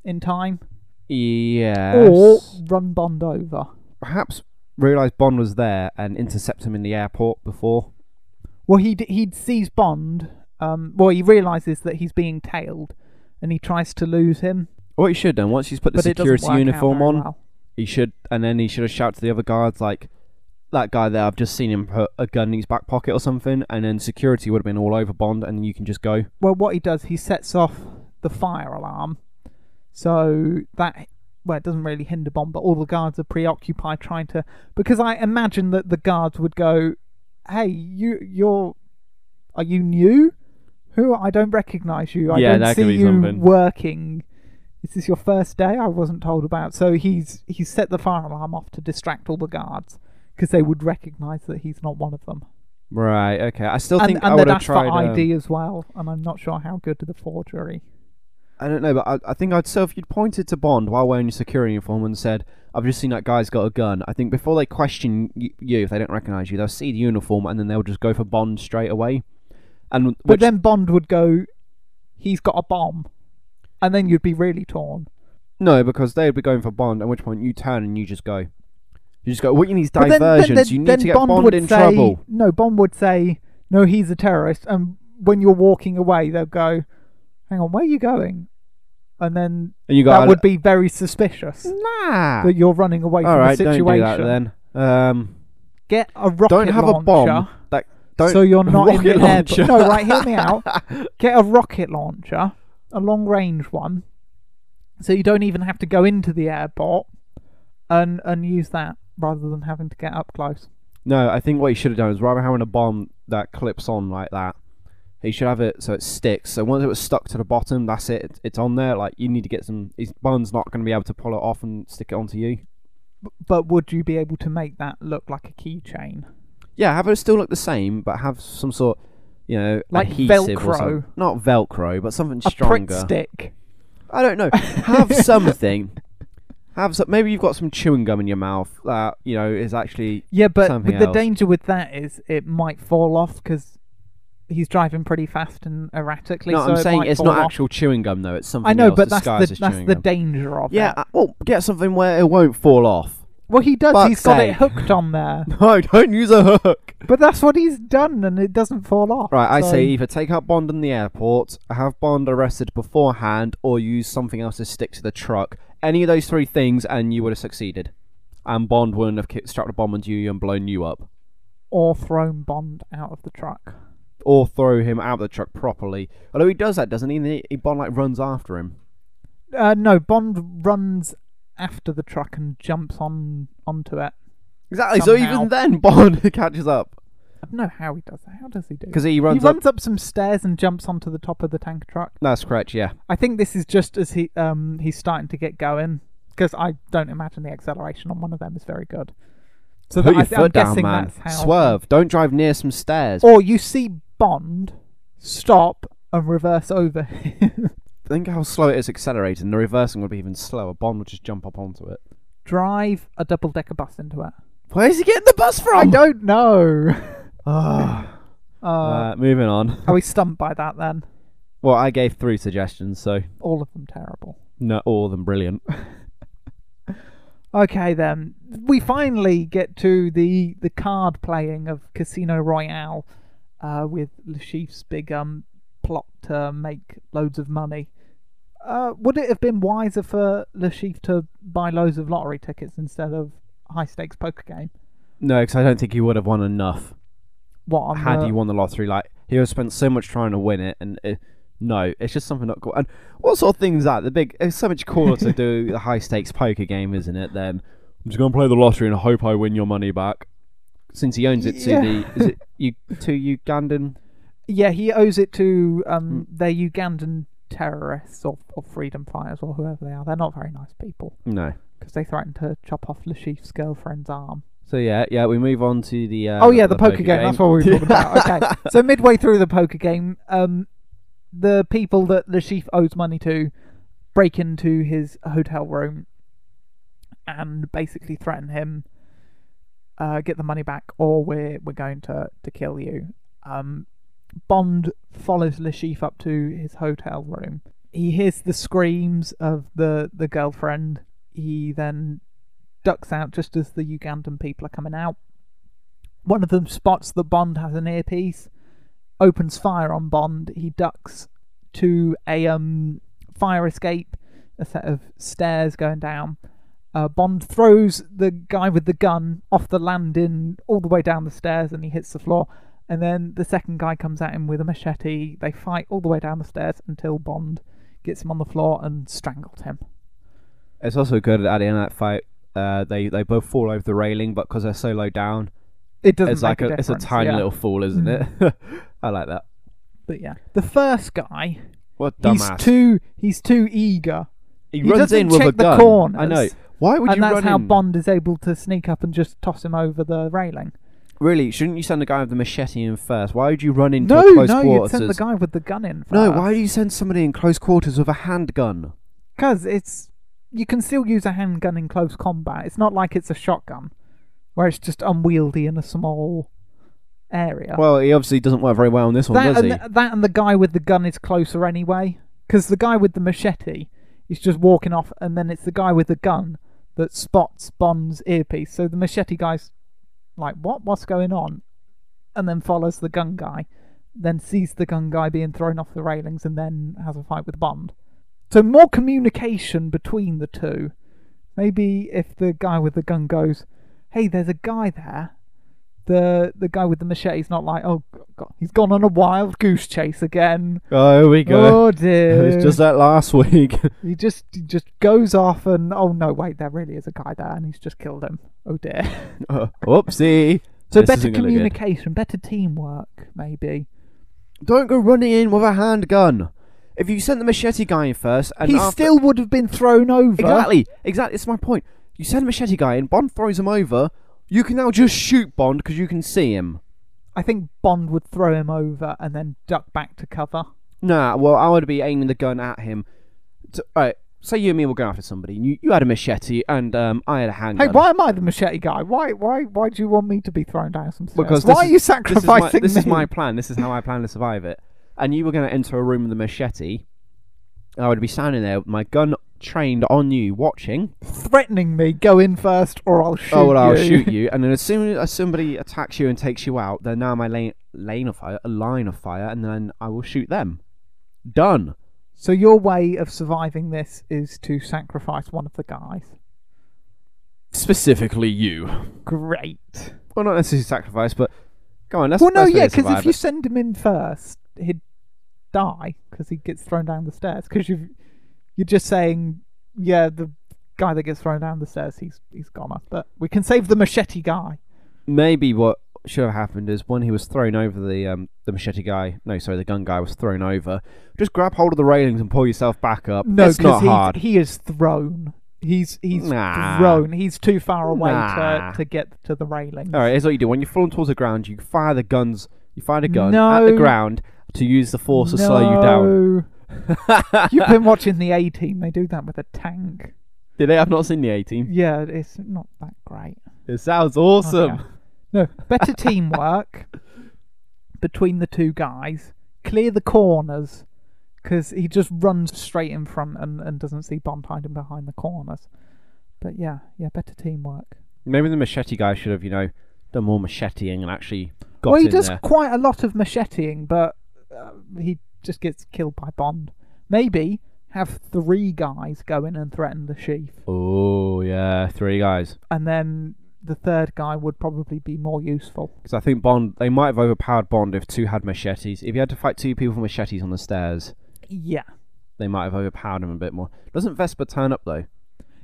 Speaker 2: in time,
Speaker 3: Yeah.
Speaker 2: or run Bond over.
Speaker 3: perhaps realize Bond was there and intercept him in the airport before.
Speaker 2: Well, he d- he sees Bond. Um, well, he realizes that he's being tailed, and he tries to lose him,
Speaker 3: What he should have done once he's put the
Speaker 2: but it doesn't
Speaker 3: security
Speaker 2: work
Speaker 3: uniform
Speaker 2: out very
Speaker 3: on,
Speaker 2: well.
Speaker 3: he should, and then he should have shouted to the other guards like, "That guy there, I've just seen him put a gun in his back pocket or something," and then security would have been all over Bond, and you can just go.
Speaker 2: Well, what he does, he sets off the fire alarm, so that well, it doesn't really hinder Bond, but all the guards are preoccupied trying to because I imagine that the guards would go, "Hey, you, you're, are you new? Who I don't recognize you. I
Speaker 3: Yeah,
Speaker 2: don't
Speaker 3: that
Speaker 2: see
Speaker 3: could be
Speaker 2: you
Speaker 3: something."
Speaker 2: working." Is this your first day? I wasn't told about. So he's he's set the fire alarm off to distract all the guards because they would recognise that he's not one of them.
Speaker 3: Right. Okay. I still
Speaker 2: And,
Speaker 3: think I
Speaker 2: and
Speaker 3: would
Speaker 2: they'd
Speaker 3: have
Speaker 2: ask
Speaker 3: tried.
Speaker 2: for
Speaker 3: um,
Speaker 2: ID as well. And I'm not sure how good the forgery.
Speaker 3: I don't know, but I, I think I'd say if you'd pointed to Bond while wearing your security uniform and said, "I've just seen that guy's got a gun," I think before they question y- you, if they don't recognise you, they'll see the uniform and then they'll just go for Bond straight away. And which,
Speaker 2: But then Bond would go, he's got a bomb. And then you'd be really torn.
Speaker 3: no, because they'd be going for Bond, at which point you turn and you just go, you just go. What you need is
Speaker 2: But then-
Speaker 3: diversions.
Speaker 2: Then, then,
Speaker 3: you need
Speaker 2: then
Speaker 3: to get
Speaker 2: Bond,
Speaker 3: Bond,
Speaker 2: would
Speaker 3: in
Speaker 2: say,
Speaker 3: trouble.
Speaker 2: No, Bond would say, no, he's a terrorist. And when you're walking away, they'll go, hang on, where are you going? And then
Speaker 3: And you go,
Speaker 2: that
Speaker 3: "I-
Speaker 2: would be very suspicious
Speaker 3: nah.
Speaker 2: that you're running away
Speaker 3: All
Speaker 2: from
Speaker 3: right,
Speaker 2: the
Speaker 3: don't
Speaker 2: situation.
Speaker 3: do that then. Um,
Speaker 2: Get a rocket
Speaker 3: don't have
Speaker 2: launcher.
Speaker 3: a bomb. That don't.
Speaker 2: so you're not in
Speaker 3: rocket
Speaker 2: the air. but-
Speaker 3: launcher.
Speaker 2: No, right, hear me
Speaker 3: [LAUGHS]
Speaker 2: out. Get a rocket launcher, a long range one, so you don't even have to go into the airport and and use that rather than having to get up close.
Speaker 3: No, I think what he should have done is rather than having a bomb that clips on like that, he should have it so it sticks. So once it was stuck to the bottom, that's it. It's- It's on there. Like you need to get some. His Bond's not going to be able to pull it off and stick it onto you.
Speaker 2: B- But would you be able to make that look like a keychain?
Speaker 3: Yeah, have it still look the same, but have some sort, you know,
Speaker 2: Like
Speaker 3: adhesive or
Speaker 2: Velcro.
Speaker 3: some- Not Velcro, but something
Speaker 2: A prick
Speaker 3: stronger.
Speaker 2: stick.
Speaker 3: I
Speaker 2: [LAUGHS]
Speaker 3: don't know. Have something. Have some, maybe you've got some chewing gum in your mouth that you know is actually
Speaker 2: Yeah, but
Speaker 3: Something
Speaker 2: with the
Speaker 3: else.
Speaker 2: danger with that is it might fall off because he's driving pretty fast and erratically.
Speaker 3: no.
Speaker 2: so
Speaker 3: I'm
Speaker 2: it
Speaker 3: saying
Speaker 2: might
Speaker 3: it's
Speaker 2: fall
Speaker 3: not
Speaker 2: off.
Speaker 3: actual chewing gum though. It's something.
Speaker 2: I know,
Speaker 3: else
Speaker 2: but that's
Speaker 3: disguised
Speaker 2: the
Speaker 3: as
Speaker 2: that's
Speaker 3: chewing
Speaker 2: the
Speaker 3: gum.
Speaker 2: danger of
Speaker 3: Yeah,
Speaker 2: it.
Speaker 3: uh, well, get something where it won't fall off. [LAUGHS]
Speaker 2: Well, he does.
Speaker 3: Fuck's
Speaker 2: He's got it
Speaker 3: sake.
Speaker 2: hooked on there,
Speaker 3: No, don't use a hook.
Speaker 2: but that's what he's done, and it doesn't fall off.
Speaker 3: Right, I
Speaker 2: so-
Speaker 3: say either take out Bond in the airport, have Bond arrested beforehand, or use something else to stick to the truck. Any of those three things, and you would have succeeded. And Bond wouldn't have ki- strapped a bomb onto you and blown you up.
Speaker 2: or thrown Bond out of the truck.
Speaker 3: Or throw him out of the truck properly. Although he does that, doesn't he? And he- he- Bond like runs after him.
Speaker 2: Uh, no, Bond runs after the truck and jumps on onto it.
Speaker 3: Exactly. So
Speaker 2: Somehow.
Speaker 3: even then, Bond [LAUGHS] catches up.
Speaker 2: I don't know how he does that. How does he do?
Speaker 3: Because he
Speaker 2: that? He
Speaker 3: runs up.
Speaker 2: runs up some stairs and jumps onto the top of the tank truck.
Speaker 3: That's correct. Yeah.
Speaker 2: I think this is just as he um he's starting to get going because I don't imagine the acceleration on one of them is very good. So
Speaker 3: Put
Speaker 2: that- I
Speaker 3: your
Speaker 2: th-
Speaker 3: foot
Speaker 2: I'm
Speaker 3: down,
Speaker 2: guessing
Speaker 3: man.
Speaker 2: That's how,
Speaker 3: Swerve. Don't drive near some stairs.
Speaker 2: Or you see Bond stop and reverse over him. [LAUGHS]
Speaker 3: Think how slow it is accelerating. The reversing would be even slower. Bond would just jump up onto it.
Speaker 2: drive a double decker bus into it.
Speaker 3: Where's he getting the bus from?
Speaker 2: I don't know.
Speaker 3: [LAUGHS] Ah.
Speaker 2: Uh,
Speaker 3: uh, moving on.
Speaker 2: are we stumped by that then?
Speaker 3: Well, I gave three suggestions, so
Speaker 2: All of them terrible.
Speaker 3: no, all of them brilliant.
Speaker 2: Okay then, we finally get to the the card playing of Casino Royale, uh, with Lashif's big um plot to make loads of money. Uh, would it have been wiser for Lashif to buy loads of lottery tickets instead of high stakes poker game?
Speaker 3: No, because I don't think he would have won enough
Speaker 2: What on
Speaker 3: had
Speaker 2: the-
Speaker 3: he won the lottery. Like he would have spent so much trying to win it, and it, no, it's just something not cool. And what sort of thing is that? The big. It's so much cooler to
Speaker 2: [LAUGHS]
Speaker 3: do the high stakes poker game, isn't it? Then I'm just gonna play the lottery and hope I win your money back. Since he owns it to
Speaker 2: Yeah.
Speaker 3: the is it you to Ugandan?
Speaker 2: Yeah, he owes it to um, their Ugandan terrorists or, or freedom fighters or whoever they are. They're not very nice people
Speaker 3: No.
Speaker 2: because they threatened to chop off Lashif's girlfriend's arm.
Speaker 3: So yeah, yeah, we move on to the. Uh,
Speaker 2: oh yeah, the, poker, game. That's what we were
Speaker 3: [LAUGHS]
Speaker 2: talking about. [LAUGHS] Okay, so midway through the poker game, um, the people that Lashif owes money to break into his hotel room and basically threaten him. Uh, get the money back, or we're we're going to to kill you. Um, Bond follows Lashif up to his hotel room. He hears the screams of the the girlfriend. He then ducks out just as the Ugandan people are coming out. One of them spots that Bond has an earpiece, opens fire on Bond. He ducks to a um, fire escape, a set of stairs going down. Uh, Bond throws the guy with the gun off the landing all the way down the stairs and he hits the floor. And then the second guy comes at him with a machete. They fight all the way down the stairs until Bond gets him on the floor and strangles him.
Speaker 3: It's also good at the end of that fight. Uh, they they both fall over the railing, but because they're so low down,
Speaker 2: It doesn't
Speaker 3: it's
Speaker 2: make
Speaker 3: like
Speaker 2: a,
Speaker 3: a, it's a
Speaker 2: difference,
Speaker 3: tiny
Speaker 2: yeah. Hmm.
Speaker 3: little fall, isn't it? [LAUGHS] I like that.
Speaker 2: But yeah, the first guy,
Speaker 3: What dumbass!
Speaker 2: he's too he's too eager
Speaker 3: he,
Speaker 2: he
Speaker 3: runs
Speaker 2: doesn't
Speaker 3: in with
Speaker 2: check
Speaker 3: a
Speaker 2: the
Speaker 3: gun.
Speaker 2: corners.
Speaker 3: I know. Why would
Speaker 2: and
Speaker 3: you
Speaker 2: that's
Speaker 3: run
Speaker 2: how
Speaker 3: in?
Speaker 2: Bond is able to sneak up and just toss him over the railing.
Speaker 3: Really, shouldn't you send the guy with the machete in first? Why would you run into
Speaker 2: No,
Speaker 3: a close
Speaker 2: no, you'd
Speaker 3: quarters?
Speaker 2: send the guy with the gun in. First.
Speaker 3: no, why do you send somebody in close quarters with a handgun?
Speaker 2: Because it's you can still use a handgun in close combat. It's not like it's a shotgun, where it's just unwieldy in a small area.
Speaker 3: Well, he obviously doesn't work very well on this one,
Speaker 2: that,
Speaker 3: does
Speaker 2: and
Speaker 3: he?
Speaker 2: th- that and the guy with the gun is closer anyway. Because the guy with the machete is just walking off, and then it's the guy with the gun that spots Bond's earpiece. So the machete guy's like, "What? What's going on?" And then follows the gun guy, then sees the gun guy being thrown off the railings, and then has a fight with Bond. So more communication between the two. Maybe if the guy with the gun goes, "Hey, there's a guy there," the the guy with the machete's not like, "Oh, God, he's gone on a wild goose chase again."
Speaker 3: Oh, here we go.
Speaker 2: Oh
Speaker 3: [LAUGHS] It
Speaker 2: dear!
Speaker 3: was just that last [LAUGHS] week.
Speaker 2: He just he just goes off and oh no, wait, there really is a guy there, and he's just killed him. Oh dear!
Speaker 3: Uh, Whoopsie.
Speaker 2: So
Speaker 3: This
Speaker 2: better
Speaker 3: isn't gonna look good.
Speaker 2: communication, better teamwork, maybe.
Speaker 3: Don't go running in with a handgun. If you sent the machete guy in first, and
Speaker 2: he
Speaker 3: after-
Speaker 2: still would have been thrown over.
Speaker 3: exactly, exactly. It's my point. You send the machete guy in. Bond throws him over. You can now just shoot Bond because you can see him.
Speaker 2: I think Bond would throw him over and then duck back to cover.
Speaker 3: Nah, well, I would be aiming the gun at him. To, all right, say you and me were going after somebody. and You, you had a machete, and um, I had a handgun.
Speaker 2: Hey, why am I the machete guy? Why, why, why do you want me to be thrown down some stairs?
Speaker 3: Because
Speaker 2: why
Speaker 3: this
Speaker 2: are
Speaker 3: is-
Speaker 2: you
Speaker 3: This is,
Speaker 2: sacrificing
Speaker 3: my, this
Speaker 2: me?
Speaker 3: is my plan. This is how I plan to survive it. And you were going to enter a room with a machete. I would be standing there with my gun trained on you, watching.
Speaker 2: threatening me. Go in first, or I'll shoot
Speaker 3: oh well, I'll
Speaker 2: you. [LAUGHS]
Speaker 3: shoot you. And then as soon as somebody attacks you and takes you out, they're now my lane lane of fire, a line of fire, and then I will shoot them. Done.
Speaker 2: So your way of surviving this is to sacrifice one of the guys.
Speaker 3: Specifically, you.
Speaker 2: Great.
Speaker 3: Well, not necessarily sacrifice, but come on. That's,
Speaker 2: well, no,
Speaker 3: that's
Speaker 2: yeah,
Speaker 3: because
Speaker 2: because if you send him in first, he'd die because he gets thrown down the stairs. Because you you're just saying, yeah, the guy that gets thrown down the stairs, he's he's gone off, but we can save the machete guy.
Speaker 3: maybe what should have happened is when he was thrown over the um, the machete guy, no, sorry, the gun guy was thrown over. Just grab hold of the railings and pull yourself back up.
Speaker 2: No,
Speaker 3: it's not
Speaker 2: because
Speaker 3: hard.
Speaker 2: he is thrown. He's he's
Speaker 3: Nah.
Speaker 2: thrown. He's too far away
Speaker 3: Nah.
Speaker 2: to, to get to the railing.
Speaker 3: All right, here's what you do: when you're falling towards the ground, you fire the guns. You fire the gun at the
Speaker 2: No.
Speaker 3: ground to use the force to slow you down. [LAUGHS]
Speaker 2: No. You've been watching the A Team. They do that with a tank.
Speaker 3: Did I? I've not seen the A team.
Speaker 2: Yeah, it's not that great.
Speaker 3: It sounds awesome.
Speaker 2: Okay. No, better teamwork between the two guys. Clear the corners because he just runs straight in front and, and doesn't see Bond hiding behind the corners. But yeah, yeah, better teamwork.
Speaker 3: Maybe the machete guy should have, you know, done more macheting and actually got
Speaker 2: well, he
Speaker 3: in
Speaker 2: does
Speaker 3: there.
Speaker 2: quite a lot of macheting, but uh, he just gets killed by Bond. Maybe have three guys go in and threaten the chief,
Speaker 3: Oh yeah, three guys.
Speaker 2: and then the third guy would probably be more useful.
Speaker 3: Because I think Bond, they might have overpowered Bond if two had machetes. If you had to fight two people with machetes on the stairs,
Speaker 2: Yeah.
Speaker 3: they might have overpowered him a bit more. Doesn't Vesper turn up though?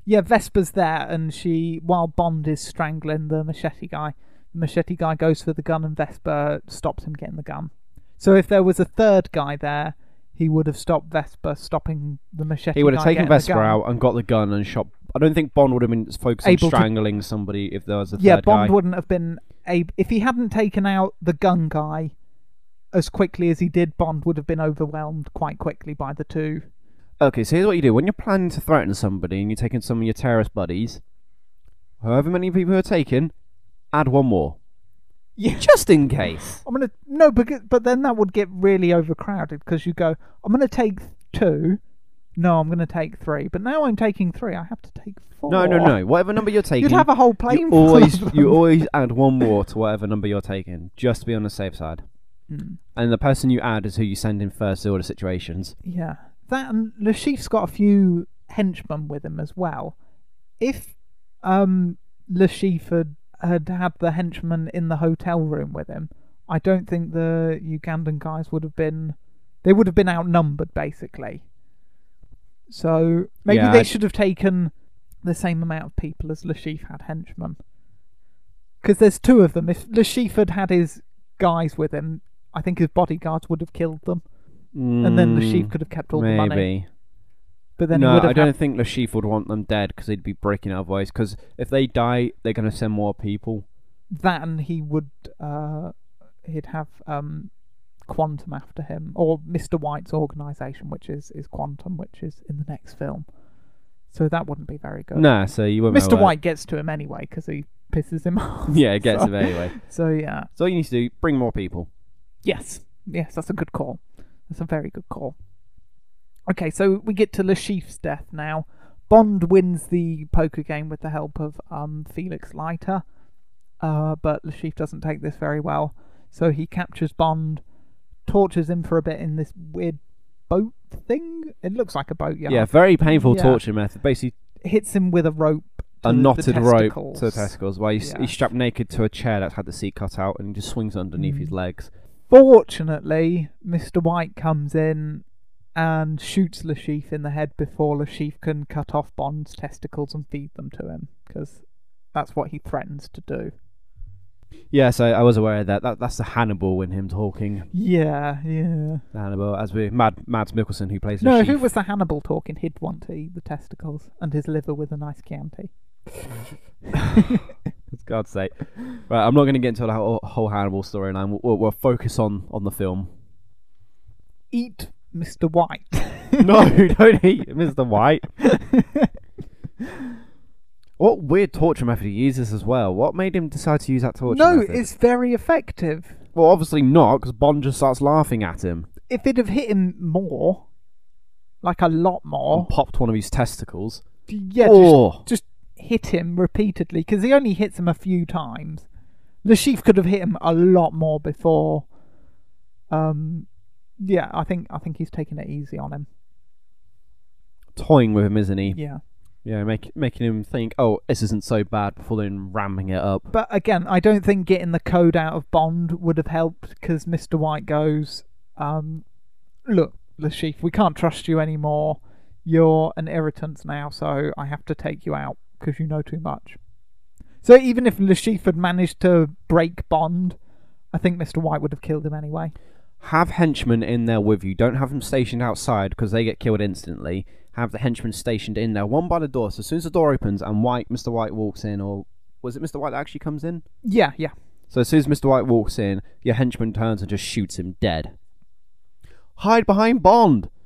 Speaker 2: Yeah, Vespa's there, and she, while Bond is strangling the machete guy, the machete guy goes for the gun, and Vespa stops him getting the gun. So if there was a third guy there, he would have stopped Vespa stopping the machete.
Speaker 3: He would have
Speaker 2: guy
Speaker 3: taken
Speaker 2: getting the
Speaker 3: Vesper
Speaker 2: gun.
Speaker 3: out and got the gun and shot. I don't think Bond would have been focused
Speaker 2: Able to-
Speaker 3: on strangling somebody if there was a
Speaker 2: Yeah,
Speaker 3: third
Speaker 2: Bond
Speaker 3: guy.
Speaker 2: wouldn't have been ab if he hadn't taken out the gun guy as quickly as he did. Bond would have been overwhelmed quite quickly by the two.
Speaker 3: Okay, so here's what you do when you're planning to threaten somebody and you're taking some of your terrorist buddies. However many people you're taking, add one more.
Speaker 2: Yeah.
Speaker 3: Just in case.
Speaker 2: I'm gonna no, but but then that would get really overcrowded because you go, I'm gonna take two. No, I'm gonna take three. But now I'm taking three. I have to take four.
Speaker 3: No, no, no. Whatever number you're taking,
Speaker 2: You'd have a whole plane.
Speaker 3: you
Speaker 2: full of
Speaker 3: always
Speaker 2: them. [LAUGHS]
Speaker 3: you always add one more to whatever number you're taking, just to be on the safe side.
Speaker 2: Mm,
Speaker 3: And the person you add is who you send in first order situations.
Speaker 2: yeah, that and Le Chiffre's got a few henchmen with him as well. If um Le Chiffre had, had had the henchmen in the hotel room with him, I don't think the Ugandan guys would have been. They would have been outnumbered basically. So maybe
Speaker 3: Yeah,
Speaker 2: they
Speaker 3: I-
Speaker 2: should have taken the same amount of people as Le Chiffre had henchmen. Because there's two of them. If Le Chiffre had had his guys with him, I think his bodyguards would have killed them, and then Le
Speaker 3: Mm,
Speaker 2: Chiffre could have kept all
Speaker 3: maybe.
Speaker 2: the money. But then he
Speaker 3: no,
Speaker 2: would
Speaker 3: I
Speaker 2: have
Speaker 3: don't
Speaker 2: had-
Speaker 3: think Lashif would want them dead because they'd be breaking our voice. Because if they die, they're going to send more people.
Speaker 2: that, and he would uh, he'd have um, Quantum after him, or Mister White's organisation, which is is Quantum, which is in the next film. So that wouldn't be very good.
Speaker 3: Nah, so you won't.
Speaker 2: Mister White gets to him anyway because he pisses him [LAUGHS] off.
Speaker 3: [LAUGHS] Yeah, it gets
Speaker 2: so-
Speaker 3: them anyway.
Speaker 2: So yeah,
Speaker 3: So all you need to do, bring more people.
Speaker 2: Yes, yes, that's a good call. That's a very good call. Okay, so we get to Le Chiffre's death now. Bond wins the poker game with the help of um, Felix Leiter, uh, but Le Chiffre doesn't take this very well. So he captures Bond, tortures him for a bit in this weird boat thing. It looks like a boat, yeah.
Speaker 3: Yeah, very painful
Speaker 2: Yeah.
Speaker 3: torture method. Basically,
Speaker 2: Hits him with a rope. to
Speaker 3: a
Speaker 2: the- the
Speaker 3: knotted rope to the
Speaker 2: testicles.
Speaker 3: testicles while he's,
Speaker 2: Yeah.
Speaker 3: he's strapped naked to a chair that's had the seat cut out and he just swings underneath
Speaker 2: Mm.
Speaker 3: his legs.
Speaker 2: Fortunately, Mr. White comes in and shoots Lashif in the head before Lashif can cut off Bond's testicles and feed them to him, because that's what he threatens to do.
Speaker 3: Yeah, so I was aware of that. that that's the Hannibal in him talking.
Speaker 2: Yeah, yeah.
Speaker 3: The Hannibal, as we Mad Mads Mikkelsen who plays.
Speaker 2: No,
Speaker 3: Lashif.
Speaker 2: if it was the Hannibal talking, he'd want to eat the testicles and his liver with a nice Chianti.
Speaker 3: [LAUGHS] For God's sake. Right, I'm not going to get into the whole, whole Hannibal storyline. We'll, we'll, we'll focus on on the film.
Speaker 2: Eat Mr. White.
Speaker 3: [LAUGHS] no, don't eat Mr. White. What weird torture method he uses as well. What made him decide to use that torture
Speaker 2: no,
Speaker 3: method?
Speaker 2: it's very effective.
Speaker 3: Well, obviously not, because Bond just starts laughing at him.
Speaker 2: If it'd have hit him more, like a lot more,
Speaker 3: and popped one of his testicles.
Speaker 2: yeah, just
Speaker 3: oh,
Speaker 2: just hit him repeatedly because he only hits him a few times. The chief could have hit him a lot more before. Um, yeah, I think I think he's taking it easy on him.
Speaker 3: toying with him, isn't he?
Speaker 2: Yeah,
Speaker 3: Yeah, make, making him think, oh, this isn't so bad, before then ramming it up.
Speaker 2: but again, I don't think getting the code out of Bond would have helped because Mister White goes, um, "Look, the chief, we can't trust you anymore. You're an irritant now, so I have to take you out because you know too much." So even if Lashif had managed to break Bond, I think Mr. White would have killed him anyway.
Speaker 3: Have henchmen in there with you. Don't have them stationed outside because they get killed instantly. Have the henchmen stationed in there, one by the door. So as soon as the door opens and White, Mr. White walks in, or was it Mr. White that actually comes in?
Speaker 2: Yeah, yeah.
Speaker 3: So as soon as Mr. White walks in, your henchman turns and just shoots him dead. Hide behind Bond. [LAUGHS]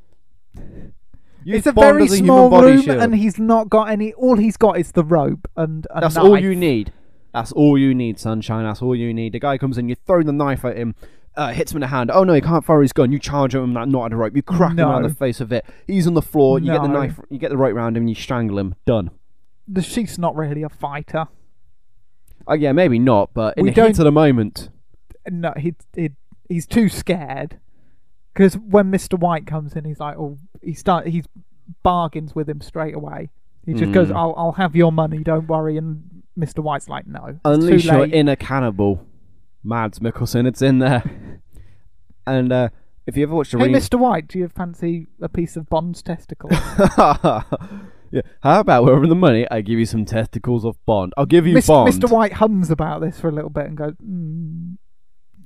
Speaker 3: Use
Speaker 2: it's a
Speaker 3: Bond
Speaker 2: very
Speaker 3: as a human
Speaker 2: small
Speaker 3: body
Speaker 2: room,
Speaker 3: shield.
Speaker 2: and he's not got any. All he's got is the rope and a
Speaker 3: That's
Speaker 2: knife.
Speaker 3: all you need. That's all you need, sunshine. That's all you need. The guy comes in, you throw the knife at him, uh, hits him in the hand. Oh no, he can't fire his gun. You charge at him that knot of the rope. You crack him around
Speaker 2: No.
Speaker 3: the face of it. He's on the floor. You get the
Speaker 2: No.
Speaker 3: knife. You get the rope round him. and You strangle him. Done.
Speaker 2: The sheep's not really a fighter.
Speaker 3: Oh yeah, maybe not, but in
Speaker 2: We
Speaker 3: the heat
Speaker 2: don't-
Speaker 3: of the moment,
Speaker 2: No, he, he he's too scared. Because when Mister White comes in, he's like, oh, he start he bargains with him straight away. He just goes,
Speaker 3: Mm.
Speaker 2: I'll I'll have your money, don't worry. And Mister White's like, no, it's
Speaker 3: unleash
Speaker 2: too
Speaker 3: your
Speaker 2: late.
Speaker 3: inner cannibal, Mads Mikkelsen. It's in there. and uh, if you ever watched the
Speaker 2: Hey,
Speaker 3: re-
Speaker 2: Mr. White, do you fancy a piece of Bond's testicle?
Speaker 3: [LAUGHS] yeah, how about we're over the money? I give you some testicles of Bond. I'll give you
Speaker 2: Mis-
Speaker 3: Bond.
Speaker 2: Mr. White hums about this for a little bit and goes, mm,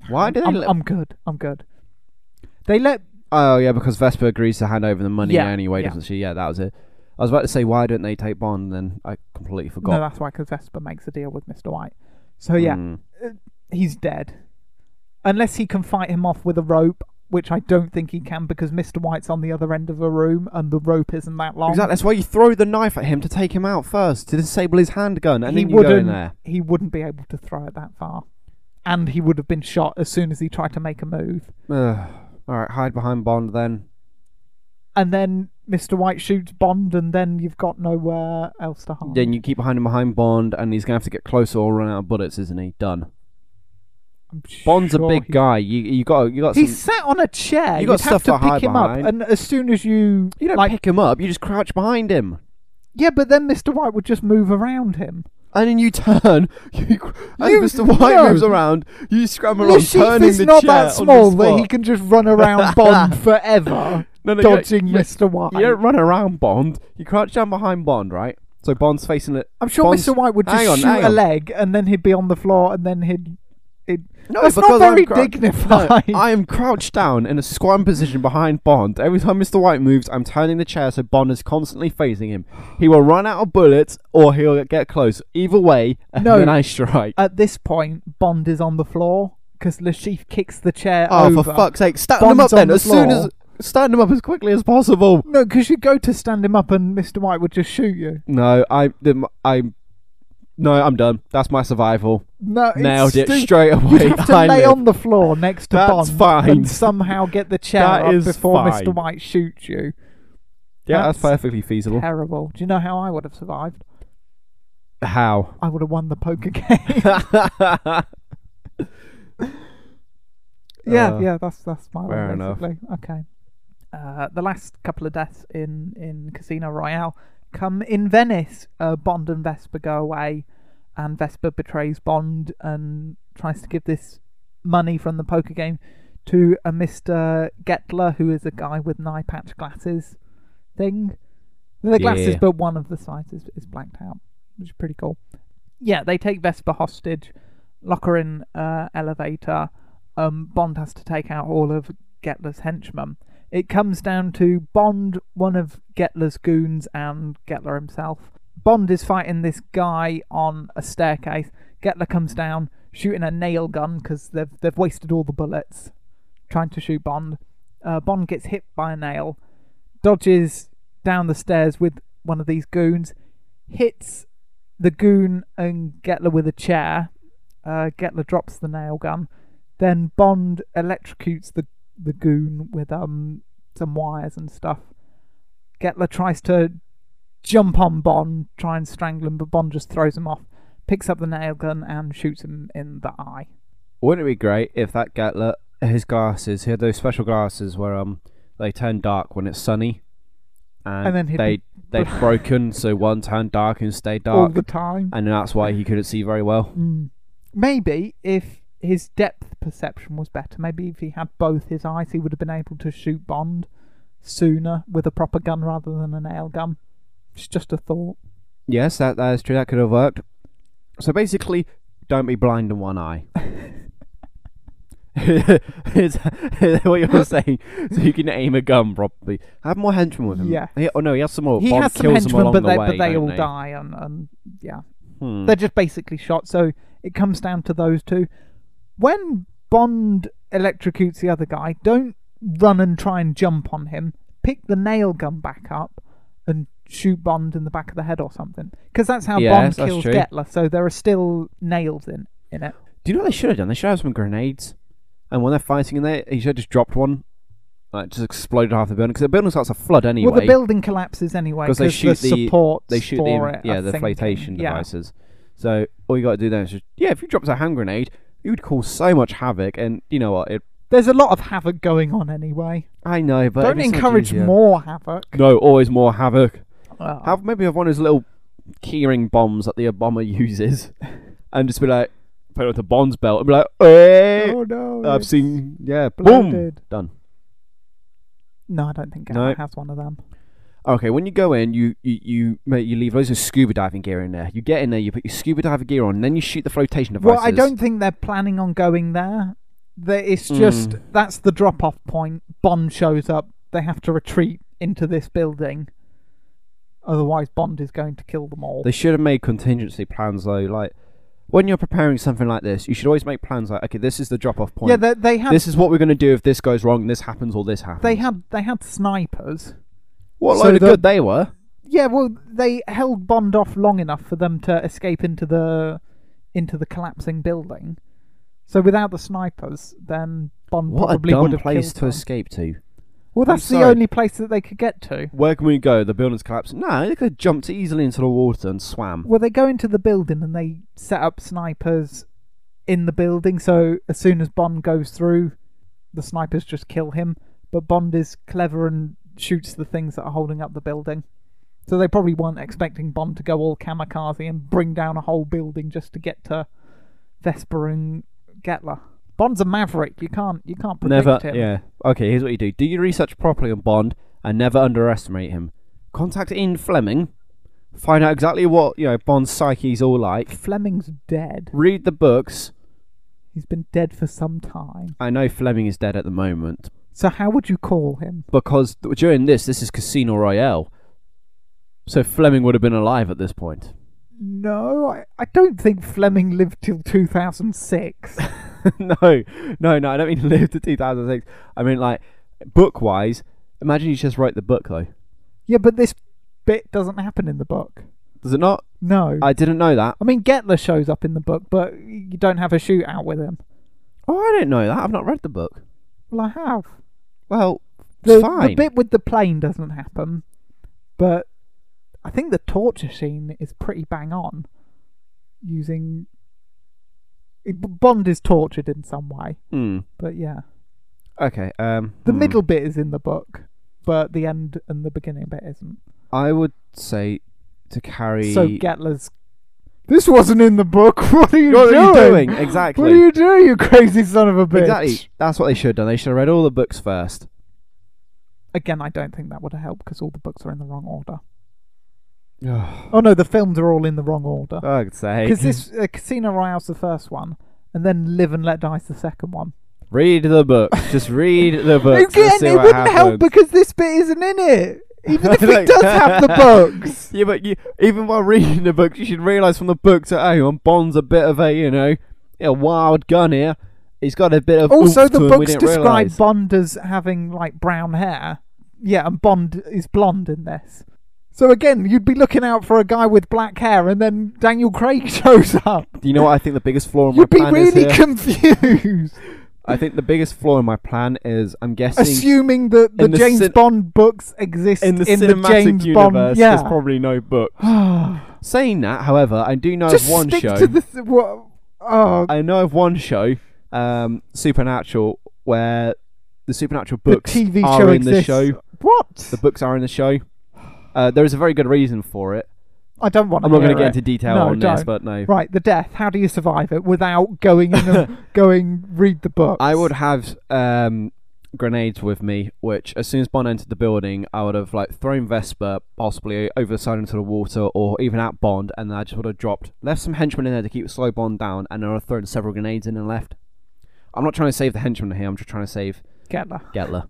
Speaker 3: Why did they?
Speaker 2: I'm,
Speaker 3: let-
Speaker 2: I'm good, I'm good. They let.
Speaker 3: Oh yeah, because Vesper agrees to hand over the money
Speaker 2: Yeah,
Speaker 3: anyway,
Speaker 2: yeah.
Speaker 3: doesn't she? Yeah, that was it. I was about to say why don't they take Bond? Then I completely forgot.
Speaker 2: No, that's why, because Vesper makes a deal with Mr. White. So, yeah,
Speaker 3: Mm.
Speaker 2: he's dead. Unless he can fight him off with a rope, which I don't think he can because Mr. White's on the other end of a room and the rope isn't that long.
Speaker 3: exactly. That's why you throw the knife at him to take him out first to disable his handgun, and
Speaker 2: he
Speaker 3: then you
Speaker 2: wouldn't.
Speaker 3: go in there.
Speaker 2: He wouldn't be able to throw it that far, and he would have been shot as soon as he tried to make a move.
Speaker 3: Ugh. [SIGHS] all right, hide behind Bond then.
Speaker 2: and then Mr. White shoots Bond, and then you've got nowhere else to hide.
Speaker 3: Then you keep behind him behind Bond, and he's gonna have to get closer or run out of bullets, isn't he? Done.
Speaker 2: I'm
Speaker 3: Bond's a
Speaker 2: sure
Speaker 3: big
Speaker 2: he-
Speaker 3: guy. You you got you got some.
Speaker 2: He's sat on a chair.
Speaker 3: You
Speaker 2: You
Speaker 3: got
Speaker 2: would have
Speaker 3: stuff
Speaker 2: to
Speaker 3: to hide
Speaker 2: pick him up,
Speaker 3: behind.
Speaker 2: and as soon as you,
Speaker 3: You don't
Speaker 2: like,
Speaker 3: pick him up. You just crouch behind him,
Speaker 2: yeah, but then Mr. White would just move around him.
Speaker 3: and then you turn. [LAUGHS] You, cr- and
Speaker 2: You-
Speaker 3: Mr. White
Speaker 2: no.
Speaker 3: moves around. You scramble along,
Speaker 2: Lucifer's
Speaker 3: turning the
Speaker 2: not
Speaker 3: chair on
Speaker 2: that
Speaker 3: the
Speaker 2: small that
Speaker 3: spot.
Speaker 2: he can just run
Speaker 3: [LAUGHS]
Speaker 2: around Bond forever,
Speaker 3: No, no, you don't-
Speaker 2: dodging
Speaker 3: you don't-
Speaker 2: Mr. White.
Speaker 3: You don't run around Bond. You crouch down behind Bond, right? So Bond's facing it.
Speaker 2: I'm sure
Speaker 3: Bond's-
Speaker 2: Mr. White would just
Speaker 3: hang on, hang
Speaker 2: shoot a
Speaker 3: on.
Speaker 2: leg, and then he'd be on the floor, and then he'd. It,
Speaker 3: No,
Speaker 2: That's not
Speaker 3: because
Speaker 2: very
Speaker 3: I'm crou-
Speaker 2: dignified.
Speaker 3: [LAUGHS] No, I am crouched down in a squatting position behind Bond. Every time Mr. White moves, I'm turning the chair so Bond is constantly facing him. He will run out of bullets or he'll get close. Either way, [LAUGHS] and
Speaker 2: No.
Speaker 3: then I strike.
Speaker 2: at this point, Bond is on the floor because Lashif kicks the chair
Speaker 3: oh,
Speaker 2: over.
Speaker 3: for fuck's sake! Stand him up
Speaker 2: Bond's on
Speaker 3: then,
Speaker 2: the
Speaker 3: as soon as
Speaker 2: floor.
Speaker 3: stand him up as quickly as possible.
Speaker 2: No, because you go to stand him up and Mr. White would just shoot you.
Speaker 3: No, I, the- I, no, I'm done. That's my survival.
Speaker 2: No, it's
Speaker 3: Nailed it
Speaker 2: stu-
Speaker 3: straight away.
Speaker 2: You'd have to
Speaker 3: I
Speaker 2: lay
Speaker 3: live.
Speaker 2: on the floor next to
Speaker 3: That's
Speaker 2: Bond
Speaker 3: fine.
Speaker 2: and somehow get
Speaker 3: [LAUGHS]
Speaker 2: the chair
Speaker 3: That
Speaker 2: up
Speaker 3: is
Speaker 2: before
Speaker 3: fine.
Speaker 2: Mr. White shoots you.
Speaker 3: Yeah, that's,
Speaker 2: That's
Speaker 3: perfectly feasible.
Speaker 2: Terrible. Do you know how I would have survived?
Speaker 3: [LAUGHS] How?
Speaker 2: I would have won the poker [LAUGHS] game. yeah,
Speaker 3: Uh,
Speaker 2: yeah, that's that's my
Speaker 3: fair
Speaker 2: one
Speaker 3: enough.
Speaker 2: basically. Okay. Uh, the last couple of deaths in in Casino Royale come in Venice. Uh, Bond and Vesper go away, and Vesper betrays Bond and tries to give this money from the poker game to a Mister Getler, who is a guy with an eye patch glasses thing. The glasses,
Speaker 3: Yeah.
Speaker 2: but one of the sides is, is blacked out, which is pretty cool. Yeah, they take Vesper hostage, lock her in uh, elevator. Um, Bond has to take out all of Getler's henchmen. It comes down to Bond, one of Getler's goons, and Getler himself. Bond is fighting this guy on a staircase. Getler comes down, shooting a nail gun because they've they've wasted all the bullets trying to shoot Bond. Uh, Bond gets hit by a nail, dodges down the stairs with one of these goons, hits the goon and Getler with a chair. Uh, Getler drops the nail gun. Then Bond electrocutes the the goon with um some wires and stuff. Getler tries to jump on Bond, try and strangle him, but Bond just throws him off, picks up the nail gun and shoots him in the eye.
Speaker 3: Wouldn't it be great if that Gatler, his glasses, he had those special glasses where um they turn dark when it's sunny, and,
Speaker 2: And then he'd
Speaker 3: they
Speaker 2: be [LAUGHS]
Speaker 3: they've broken, so one turned dark and stayed
Speaker 2: All
Speaker 3: dark,
Speaker 2: the time.
Speaker 3: and that's why he couldn't see very well.
Speaker 2: Mm. Maybe if his depth perception was better, maybe if he had both his eyes, he would have been able to shoot Bond sooner with a proper gun rather than a nail gun. It's just a thought.
Speaker 3: Yes, that that is true. That could have worked. So basically, don't be blind in one eye. [LAUGHS] is, is what
Speaker 2: [LAUGHS]
Speaker 3: you're saying? So you can aim a gun properly. Have more henchmen with him.
Speaker 2: Yeah.
Speaker 3: He- oh no, he has some more.
Speaker 2: He
Speaker 3: Bond
Speaker 2: has some
Speaker 3: kills them
Speaker 2: henchmen,
Speaker 3: along
Speaker 2: but
Speaker 3: the
Speaker 2: they,
Speaker 3: way,
Speaker 2: but they
Speaker 3: don't
Speaker 2: all die, and, and yeah,
Speaker 3: Hmm.
Speaker 2: they're just basically shot. So it comes down to those two. When Bond electrocutes the other guy, don't run and try and jump on him. Pick the nail gun back up and shoot Bond in the back of the head or something, because that's how
Speaker 3: Yes,
Speaker 2: Bond
Speaker 3: that's
Speaker 2: kills
Speaker 3: true.
Speaker 2: Getler. So there are still nails in in it.
Speaker 3: Do you know what they should have done? They should have some grenades. And when they're fighting in there, he should have just dropped one. Like, just exploded half the building. Because the building starts to flood anyway.
Speaker 2: well, the building collapses anyway
Speaker 3: 'Cause they shoot
Speaker 2: the
Speaker 3: the-
Speaker 2: support.
Speaker 3: they shoot
Speaker 2: for
Speaker 3: the,
Speaker 2: it.
Speaker 3: yeah,
Speaker 2: are
Speaker 3: the
Speaker 2: thinking.
Speaker 3: flotation
Speaker 2: yeah.
Speaker 3: devices. So all you got to do then is just, yeah, if you dropped a hand grenade, you would cause so much havoc. And you know what? It,
Speaker 2: There's a lot of havoc going on anyway.
Speaker 3: I know, but
Speaker 2: Don't
Speaker 3: it'd be so much
Speaker 2: encourage
Speaker 3: easier.
Speaker 2: more havoc. Oh,
Speaker 3: No, always more havoc.
Speaker 2: Well,
Speaker 3: Have maybe have one of those little keyring bombs that the bomber [LAUGHS] uses, and just be like, put it onto Bond's belt and be like, hey,
Speaker 2: oh no!
Speaker 3: I've
Speaker 2: it's
Speaker 3: seen, yeah, boom,
Speaker 2: bloated.
Speaker 3: done.
Speaker 2: No, I don't think
Speaker 3: No.
Speaker 2: Gatler has one of them.
Speaker 3: Okay, when you go in, you you you, mate, you leave loads of scuba diving gear in there. You get in there, you put your scuba diver gear on, and then you shoot the flotation devices.
Speaker 2: Well, I don't think they're planning on going there. There, it's just
Speaker 3: Mm.
Speaker 2: that's the drop-off point. Bond shows up. They have to retreat into this building. Otherwise, Bond is going to kill them all.
Speaker 3: They should have made contingency plans though. Like when you're preparing something like this, you should always make plans. Like, okay, this is the drop-off point.
Speaker 2: yeah, they, they had
Speaker 3: this is what we're going to do if this goes wrong, this happens, or this happens.
Speaker 2: they had they had snipers.
Speaker 3: what
Speaker 2: so
Speaker 3: load of
Speaker 2: the-
Speaker 3: good they were.
Speaker 2: Yeah, well, they held Bond off long enough for them to escape into the into the collapsing building. So without the snipers, then Bond
Speaker 3: What a
Speaker 2: probably would
Speaker 3: dumb
Speaker 2: have
Speaker 3: place
Speaker 2: killed
Speaker 3: to
Speaker 2: them.
Speaker 3: escape to.
Speaker 2: Well,
Speaker 3: I'm
Speaker 2: that's the
Speaker 3: sorry.
Speaker 2: only place that they could get to.
Speaker 3: Where can we go? The building's collapsed. No, they could have jumped easily into the water and swam.
Speaker 2: Well, they go into the building and they set up snipers in the building. So as soon as Bond goes through, the snipers just kill him. But Bond is clever and shoots the things that are holding up the building. So they probably weren't expecting Bond to go all kamikaze and bring down a whole building just to get to Vesper and Getler. Bond's a maverick. You can't you can't predict
Speaker 3: Never.
Speaker 2: him.
Speaker 3: Yeah. Okay. Here's what you do: do your research properly on Bond and never underestimate him. Contact Ian Fleming. Find out exactly what you know Bond's psyche's all like.
Speaker 2: Fleming's dead.
Speaker 3: Read the books.
Speaker 2: He's been dead for some time.
Speaker 3: I know Fleming is dead at the moment
Speaker 2: So how would you call him?
Speaker 3: because th- during this, this is Casino Royale. So Fleming would have been alive at this point. [LAUGHS]
Speaker 2: No, I, I don't think Fleming lived till
Speaker 3: [LAUGHS]
Speaker 2: 2006.
Speaker 3: no, no, no. I don't mean [LAUGHS] live to 2006. I mean like book wise. Imagine you just wrote the book though.
Speaker 2: yeah, but this bit doesn't happen in the book.
Speaker 3: Does it not?
Speaker 2: No. I,
Speaker 3: I didn't know that.
Speaker 2: mean, Getler shows up in the book, but you don't have a shootout with him.
Speaker 3: Oh, I didn't know that. I've not read the book.
Speaker 2: Well, I have.
Speaker 3: Well,
Speaker 2: The, the
Speaker 3: fine.
Speaker 2: bit with the plane doesn't happen, but I think the torture scene is pretty bang on using. it- Bond is tortured in some way,
Speaker 3: Hmm.
Speaker 2: but yeah.
Speaker 3: Okay. Um.
Speaker 2: The
Speaker 3: hmm.
Speaker 2: middle bit is in the book, but the end and the beginning bit isn't.
Speaker 3: I would say to carry.
Speaker 2: So Gatler's. This wasn't in the book. [LAUGHS] What are you,
Speaker 3: what
Speaker 2: doing?
Speaker 3: are you doing? Exactly.
Speaker 2: What are you doing, you crazy son of a bitch?
Speaker 3: Exactly. That's what they should have done. They should have read all the
Speaker 2: [SIGHS]
Speaker 3: books first.
Speaker 2: Again, I don't think that would have helped because all the books are in the wrong order.
Speaker 3: oh,
Speaker 2: Oh no, the films are all in the wrong order.
Speaker 3: I'd say.
Speaker 2: Because this uh, Casino Royale's the first one, and then Live and Let Die's the second one.
Speaker 3: Read the book.
Speaker 2: [LAUGHS]
Speaker 3: Just read the books.
Speaker 2: Again,
Speaker 3: and see
Speaker 2: it
Speaker 3: what
Speaker 2: wouldn't help
Speaker 3: happens.
Speaker 2: because this bit isn't in it. Even if
Speaker 3: [LAUGHS] Like-
Speaker 2: it does have the books.
Speaker 3: Yeah, but you, even while reading the books, you should realise from the books that hey, on Bond's a bit of a you know, a wild gun here. He's got a bit of
Speaker 2: Also,
Speaker 3: oomph to
Speaker 2: the
Speaker 3: him we
Speaker 2: books
Speaker 3: didn't
Speaker 2: describe
Speaker 3: realise.
Speaker 2: Bond as having like brown hair. Yeah, and Bond is blonde in this. So again, you'd be looking out for a guy with black hair, and then Daniel Craig [LAUGHS] shows up.
Speaker 3: Do you know what I think the biggest flaw in Oh, my
Speaker 2: You'd be
Speaker 3: plan is
Speaker 2: really
Speaker 3: here? [LAUGHS]
Speaker 2: confused,
Speaker 3: I think the biggest flaw in my plan is I'm guessing
Speaker 2: assuming that the
Speaker 3: in the
Speaker 2: James
Speaker 3: cin-
Speaker 2: Bond books exist
Speaker 3: in the cinematic
Speaker 2: James
Speaker 3: universe
Speaker 2: Bond.
Speaker 3: there's
Speaker 2: Yeah.
Speaker 3: probably no book. Saying that, however, I do
Speaker 2: [SIGHS]
Speaker 3: know
Speaker 2: Just
Speaker 3: of one
Speaker 2: stick
Speaker 3: show.
Speaker 2: to the. s- What, oh,
Speaker 3: I know of one show, um, Supernatural, where the Supernatural
Speaker 2: the
Speaker 3: books
Speaker 2: TV
Speaker 3: are
Speaker 2: show
Speaker 3: in
Speaker 2: exists.
Speaker 3: the show.
Speaker 2: What?
Speaker 3: The books are in the show. Uh, there is a very good reason for it.
Speaker 2: I don't want.
Speaker 3: I'm not going to
Speaker 2: to
Speaker 3: get into detail
Speaker 2: No,
Speaker 3: on this,
Speaker 2: don't.
Speaker 3: but no.
Speaker 2: Right, the death. How do you
Speaker 3: [LAUGHS]
Speaker 2: survive it without going in and going read the book?
Speaker 3: I would have um, grenades with me, which as soon as Bond entered the building, I would have like thrown Vesper possibly over the side into the water or even at Bond, and I just would have dropped, left some henchmen in there to keep slow Bond down, and I would have thrown several grenades in and left. I'm not trying to save the henchmen here. I'm just trying to save
Speaker 2: Kettler.
Speaker 3: Getler.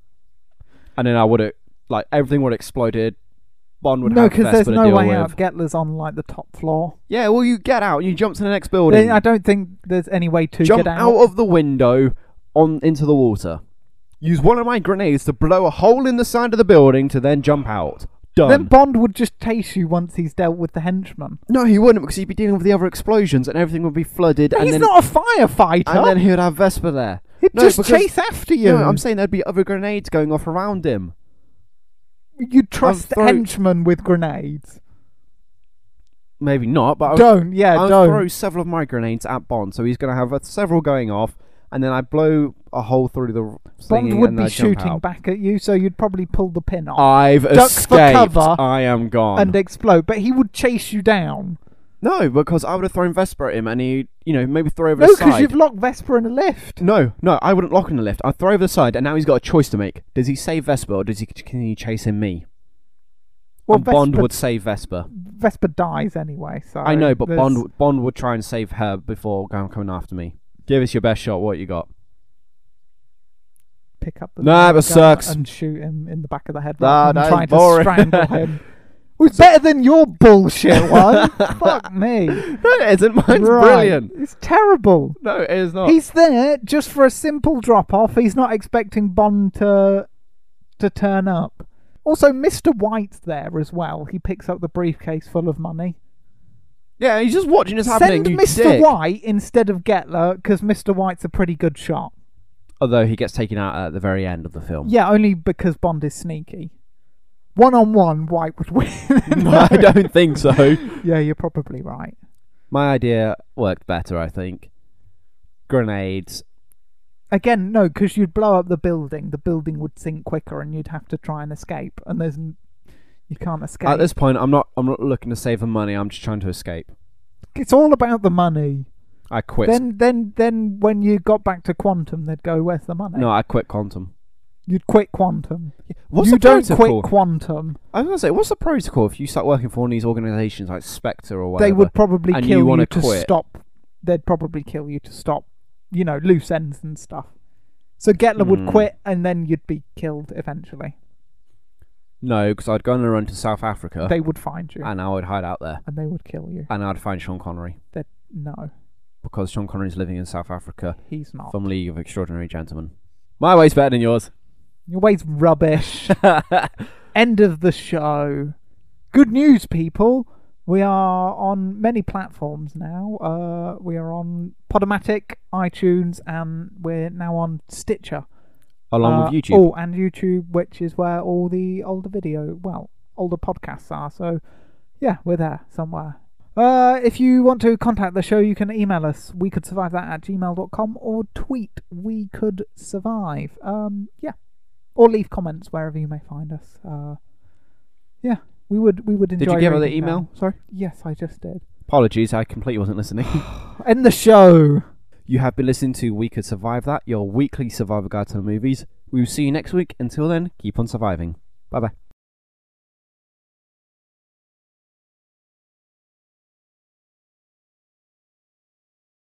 Speaker 3: And then I would have like everything would have exploded. Bond would
Speaker 2: No,
Speaker 3: have
Speaker 2: because
Speaker 3: Vesper
Speaker 2: there's
Speaker 3: to
Speaker 2: no
Speaker 3: deal
Speaker 2: way
Speaker 3: with.
Speaker 2: out. Gettler's on like the top floor.
Speaker 3: Yeah, well, you get out. You jump to the next
Speaker 2: They-
Speaker 3: building.
Speaker 2: I don't think there's any way to
Speaker 3: jump
Speaker 2: get
Speaker 3: out. of the window on into the water. Use one of my grenades to blow a hole in the side of the building to then jump out. Done.
Speaker 2: Then Bond would just chase you once he's dealt with the henchman.
Speaker 3: no, he wouldn't because he'd be dealing with the other explosions and everything would be flooded.
Speaker 2: But
Speaker 3: and
Speaker 2: he's
Speaker 3: then,
Speaker 2: not a firefighter.
Speaker 3: And then he would have Vesper there.
Speaker 2: He'd
Speaker 3: No,
Speaker 2: just
Speaker 3: because-
Speaker 2: chase after you.
Speaker 3: No, I'm saying there'd be other grenades going off around him.
Speaker 2: you trust the
Speaker 3: throw-
Speaker 2: henchmen with grenades.
Speaker 3: Maybe not, but I would,
Speaker 2: don't, yeah,
Speaker 3: I would
Speaker 2: don't.
Speaker 3: throw several of my grenades at Bond, so he's going to have uh, several going off, and then I blow a hole through the.
Speaker 2: Bond
Speaker 3: thingy
Speaker 2: would
Speaker 3: and
Speaker 2: be
Speaker 3: I jump
Speaker 2: shooting
Speaker 3: out.
Speaker 2: back at you, so you'd probably pull the pin off
Speaker 3: I've
Speaker 2: Duck for
Speaker 3: escaped.
Speaker 2: cover
Speaker 3: I am gone.
Speaker 2: and explode. But he would chase you down.
Speaker 3: No, because I would have thrown Vesper at him and he, you know, maybe throw over
Speaker 2: No,
Speaker 3: the
Speaker 2: because
Speaker 3: side.
Speaker 2: you've locked Vesper in a lift.
Speaker 3: No, no, I wouldn't lock in the lift. I'd throw over the side and now he's got a choice to make. Does he save Vesper or does he continue chasing me?
Speaker 2: Well,
Speaker 3: and Bond
Speaker 2: Vesper,
Speaker 3: would save Vesper.
Speaker 2: Vesper dies anyway, so
Speaker 3: I know, but
Speaker 2: there's-
Speaker 3: Bond would- Bond would try and save her before going coming after me. Give us your best shot, what you got.
Speaker 2: pick up the
Speaker 3: Nah,
Speaker 2: gun
Speaker 3: that sucks.
Speaker 2: and shoot him in the back of the head
Speaker 3: Nah,
Speaker 2: rather than
Speaker 3: that
Speaker 2: try
Speaker 3: is
Speaker 2: to
Speaker 3: boring.
Speaker 2: strangle
Speaker 3: [LAUGHS]
Speaker 2: him. It was better than your bullshit one. [LAUGHS] Fuck
Speaker 3: [LAUGHS]
Speaker 2: me.
Speaker 3: [LAUGHS] No, it isn't. Mine's
Speaker 2: Right.
Speaker 3: brilliant. Oh.
Speaker 2: It's terrible.
Speaker 3: No, it is not.
Speaker 2: He's there just for a simple drop off. He's not expecting Bond to to turn up. Also, Mr. White's there as well. He picks up the briefcase full of money.
Speaker 3: yeah, he's just watching this happening.
Speaker 2: Send
Speaker 3: you
Speaker 2: Mr.
Speaker 3: dick.
Speaker 2: White instead of Getler because Mr. White's a pretty good shot.
Speaker 3: Although he gets taken out at the very end of the film. [LAUGHS]
Speaker 2: Yeah, only because Bond is sneaky. One on one, White would [LAUGHS] win.
Speaker 3: I don't think so.
Speaker 2: Yeah, you're probably right.
Speaker 3: My idea worked better, I think. Grenades.
Speaker 2: Again, no, because you'd blow up the building. The building would sink quicker, and you'd have to try and escape. And there's, n- you can't escape.
Speaker 3: At this point, I'm not. I'm not looking to save the money. I'm just trying to escape.
Speaker 2: it's all about the money.
Speaker 3: I quit.
Speaker 2: Then, then, then, when you got back to Quantum, they'd go, "Where's the money?"
Speaker 3: no, I quit Quantum.
Speaker 2: you'd quit Quantum.
Speaker 3: What's
Speaker 2: you
Speaker 3: the
Speaker 2: don't
Speaker 3: protocol?
Speaker 2: quit Quantum.
Speaker 3: I was gonna say, what's the protocol if you start working for one of these organisations like Spectre or whatever?
Speaker 2: They would probably
Speaker 3: And
Speaker 2: kill
Speaker 3: you
Speaker 2: you,
Speaker 3: wanna
Speaker 2: to
Speaker 3: quit.
Speaker 2: stop. They'd probably kill you to stop. You know, loose ends and stuff. So Getler would
Speaker 3: Hmm.
Speaker 2: quit, and then you'd be killed eventually.
Speaker 3: No, because I'd go on a run to South Africa
Speaker 2: They would find you,
Speaker 3: Uh. and I would hide out there
Speaker 2: and they would kill you.
Speaker 3: and I'd find Sean Connery
Speaker 2: They'd, no,
Speaker 3: because Sean Connery's living in South Africa
Speaker 2: he's not.
Speaker 3: from League of Extraordinary Gentlemen. My way's better than yours.
Speaker 2: Your way's rubbish. End of the show. Good news, people. We are on many platforms now. Uh, we are on Podomatic, iTunes, and we're now on Stitcher.
Speaker 3: Along
Speaker 2: Uh,
Speaker 3: with YouTube.
Speaker 2: Oh, and YouTube, which is where all the older video, well, older podcasts are. So, yeah, we're there somewhere. Uh, if you want to contact the show, you can email us. We could survive that at gmail.com or tweet we could survive. Um, yeah, or leave comments wherever you may find us. Uh, yeah, we would we would enjoy.
Speaker 3: Did you give her the
Speaker 2: reading them.
Speaker 3: email? Sorry.
Speaker 2: Yes, I just did.
Speaker 3: Apologies, I completely wasn't listening. [LAUGHS]
Speaker 2: End the show.
Speaker 3: You have been listening to We Could Survive That, your weekly survival guide to the movies. We will see you next week. Until then, keep on surviving. Bye bye.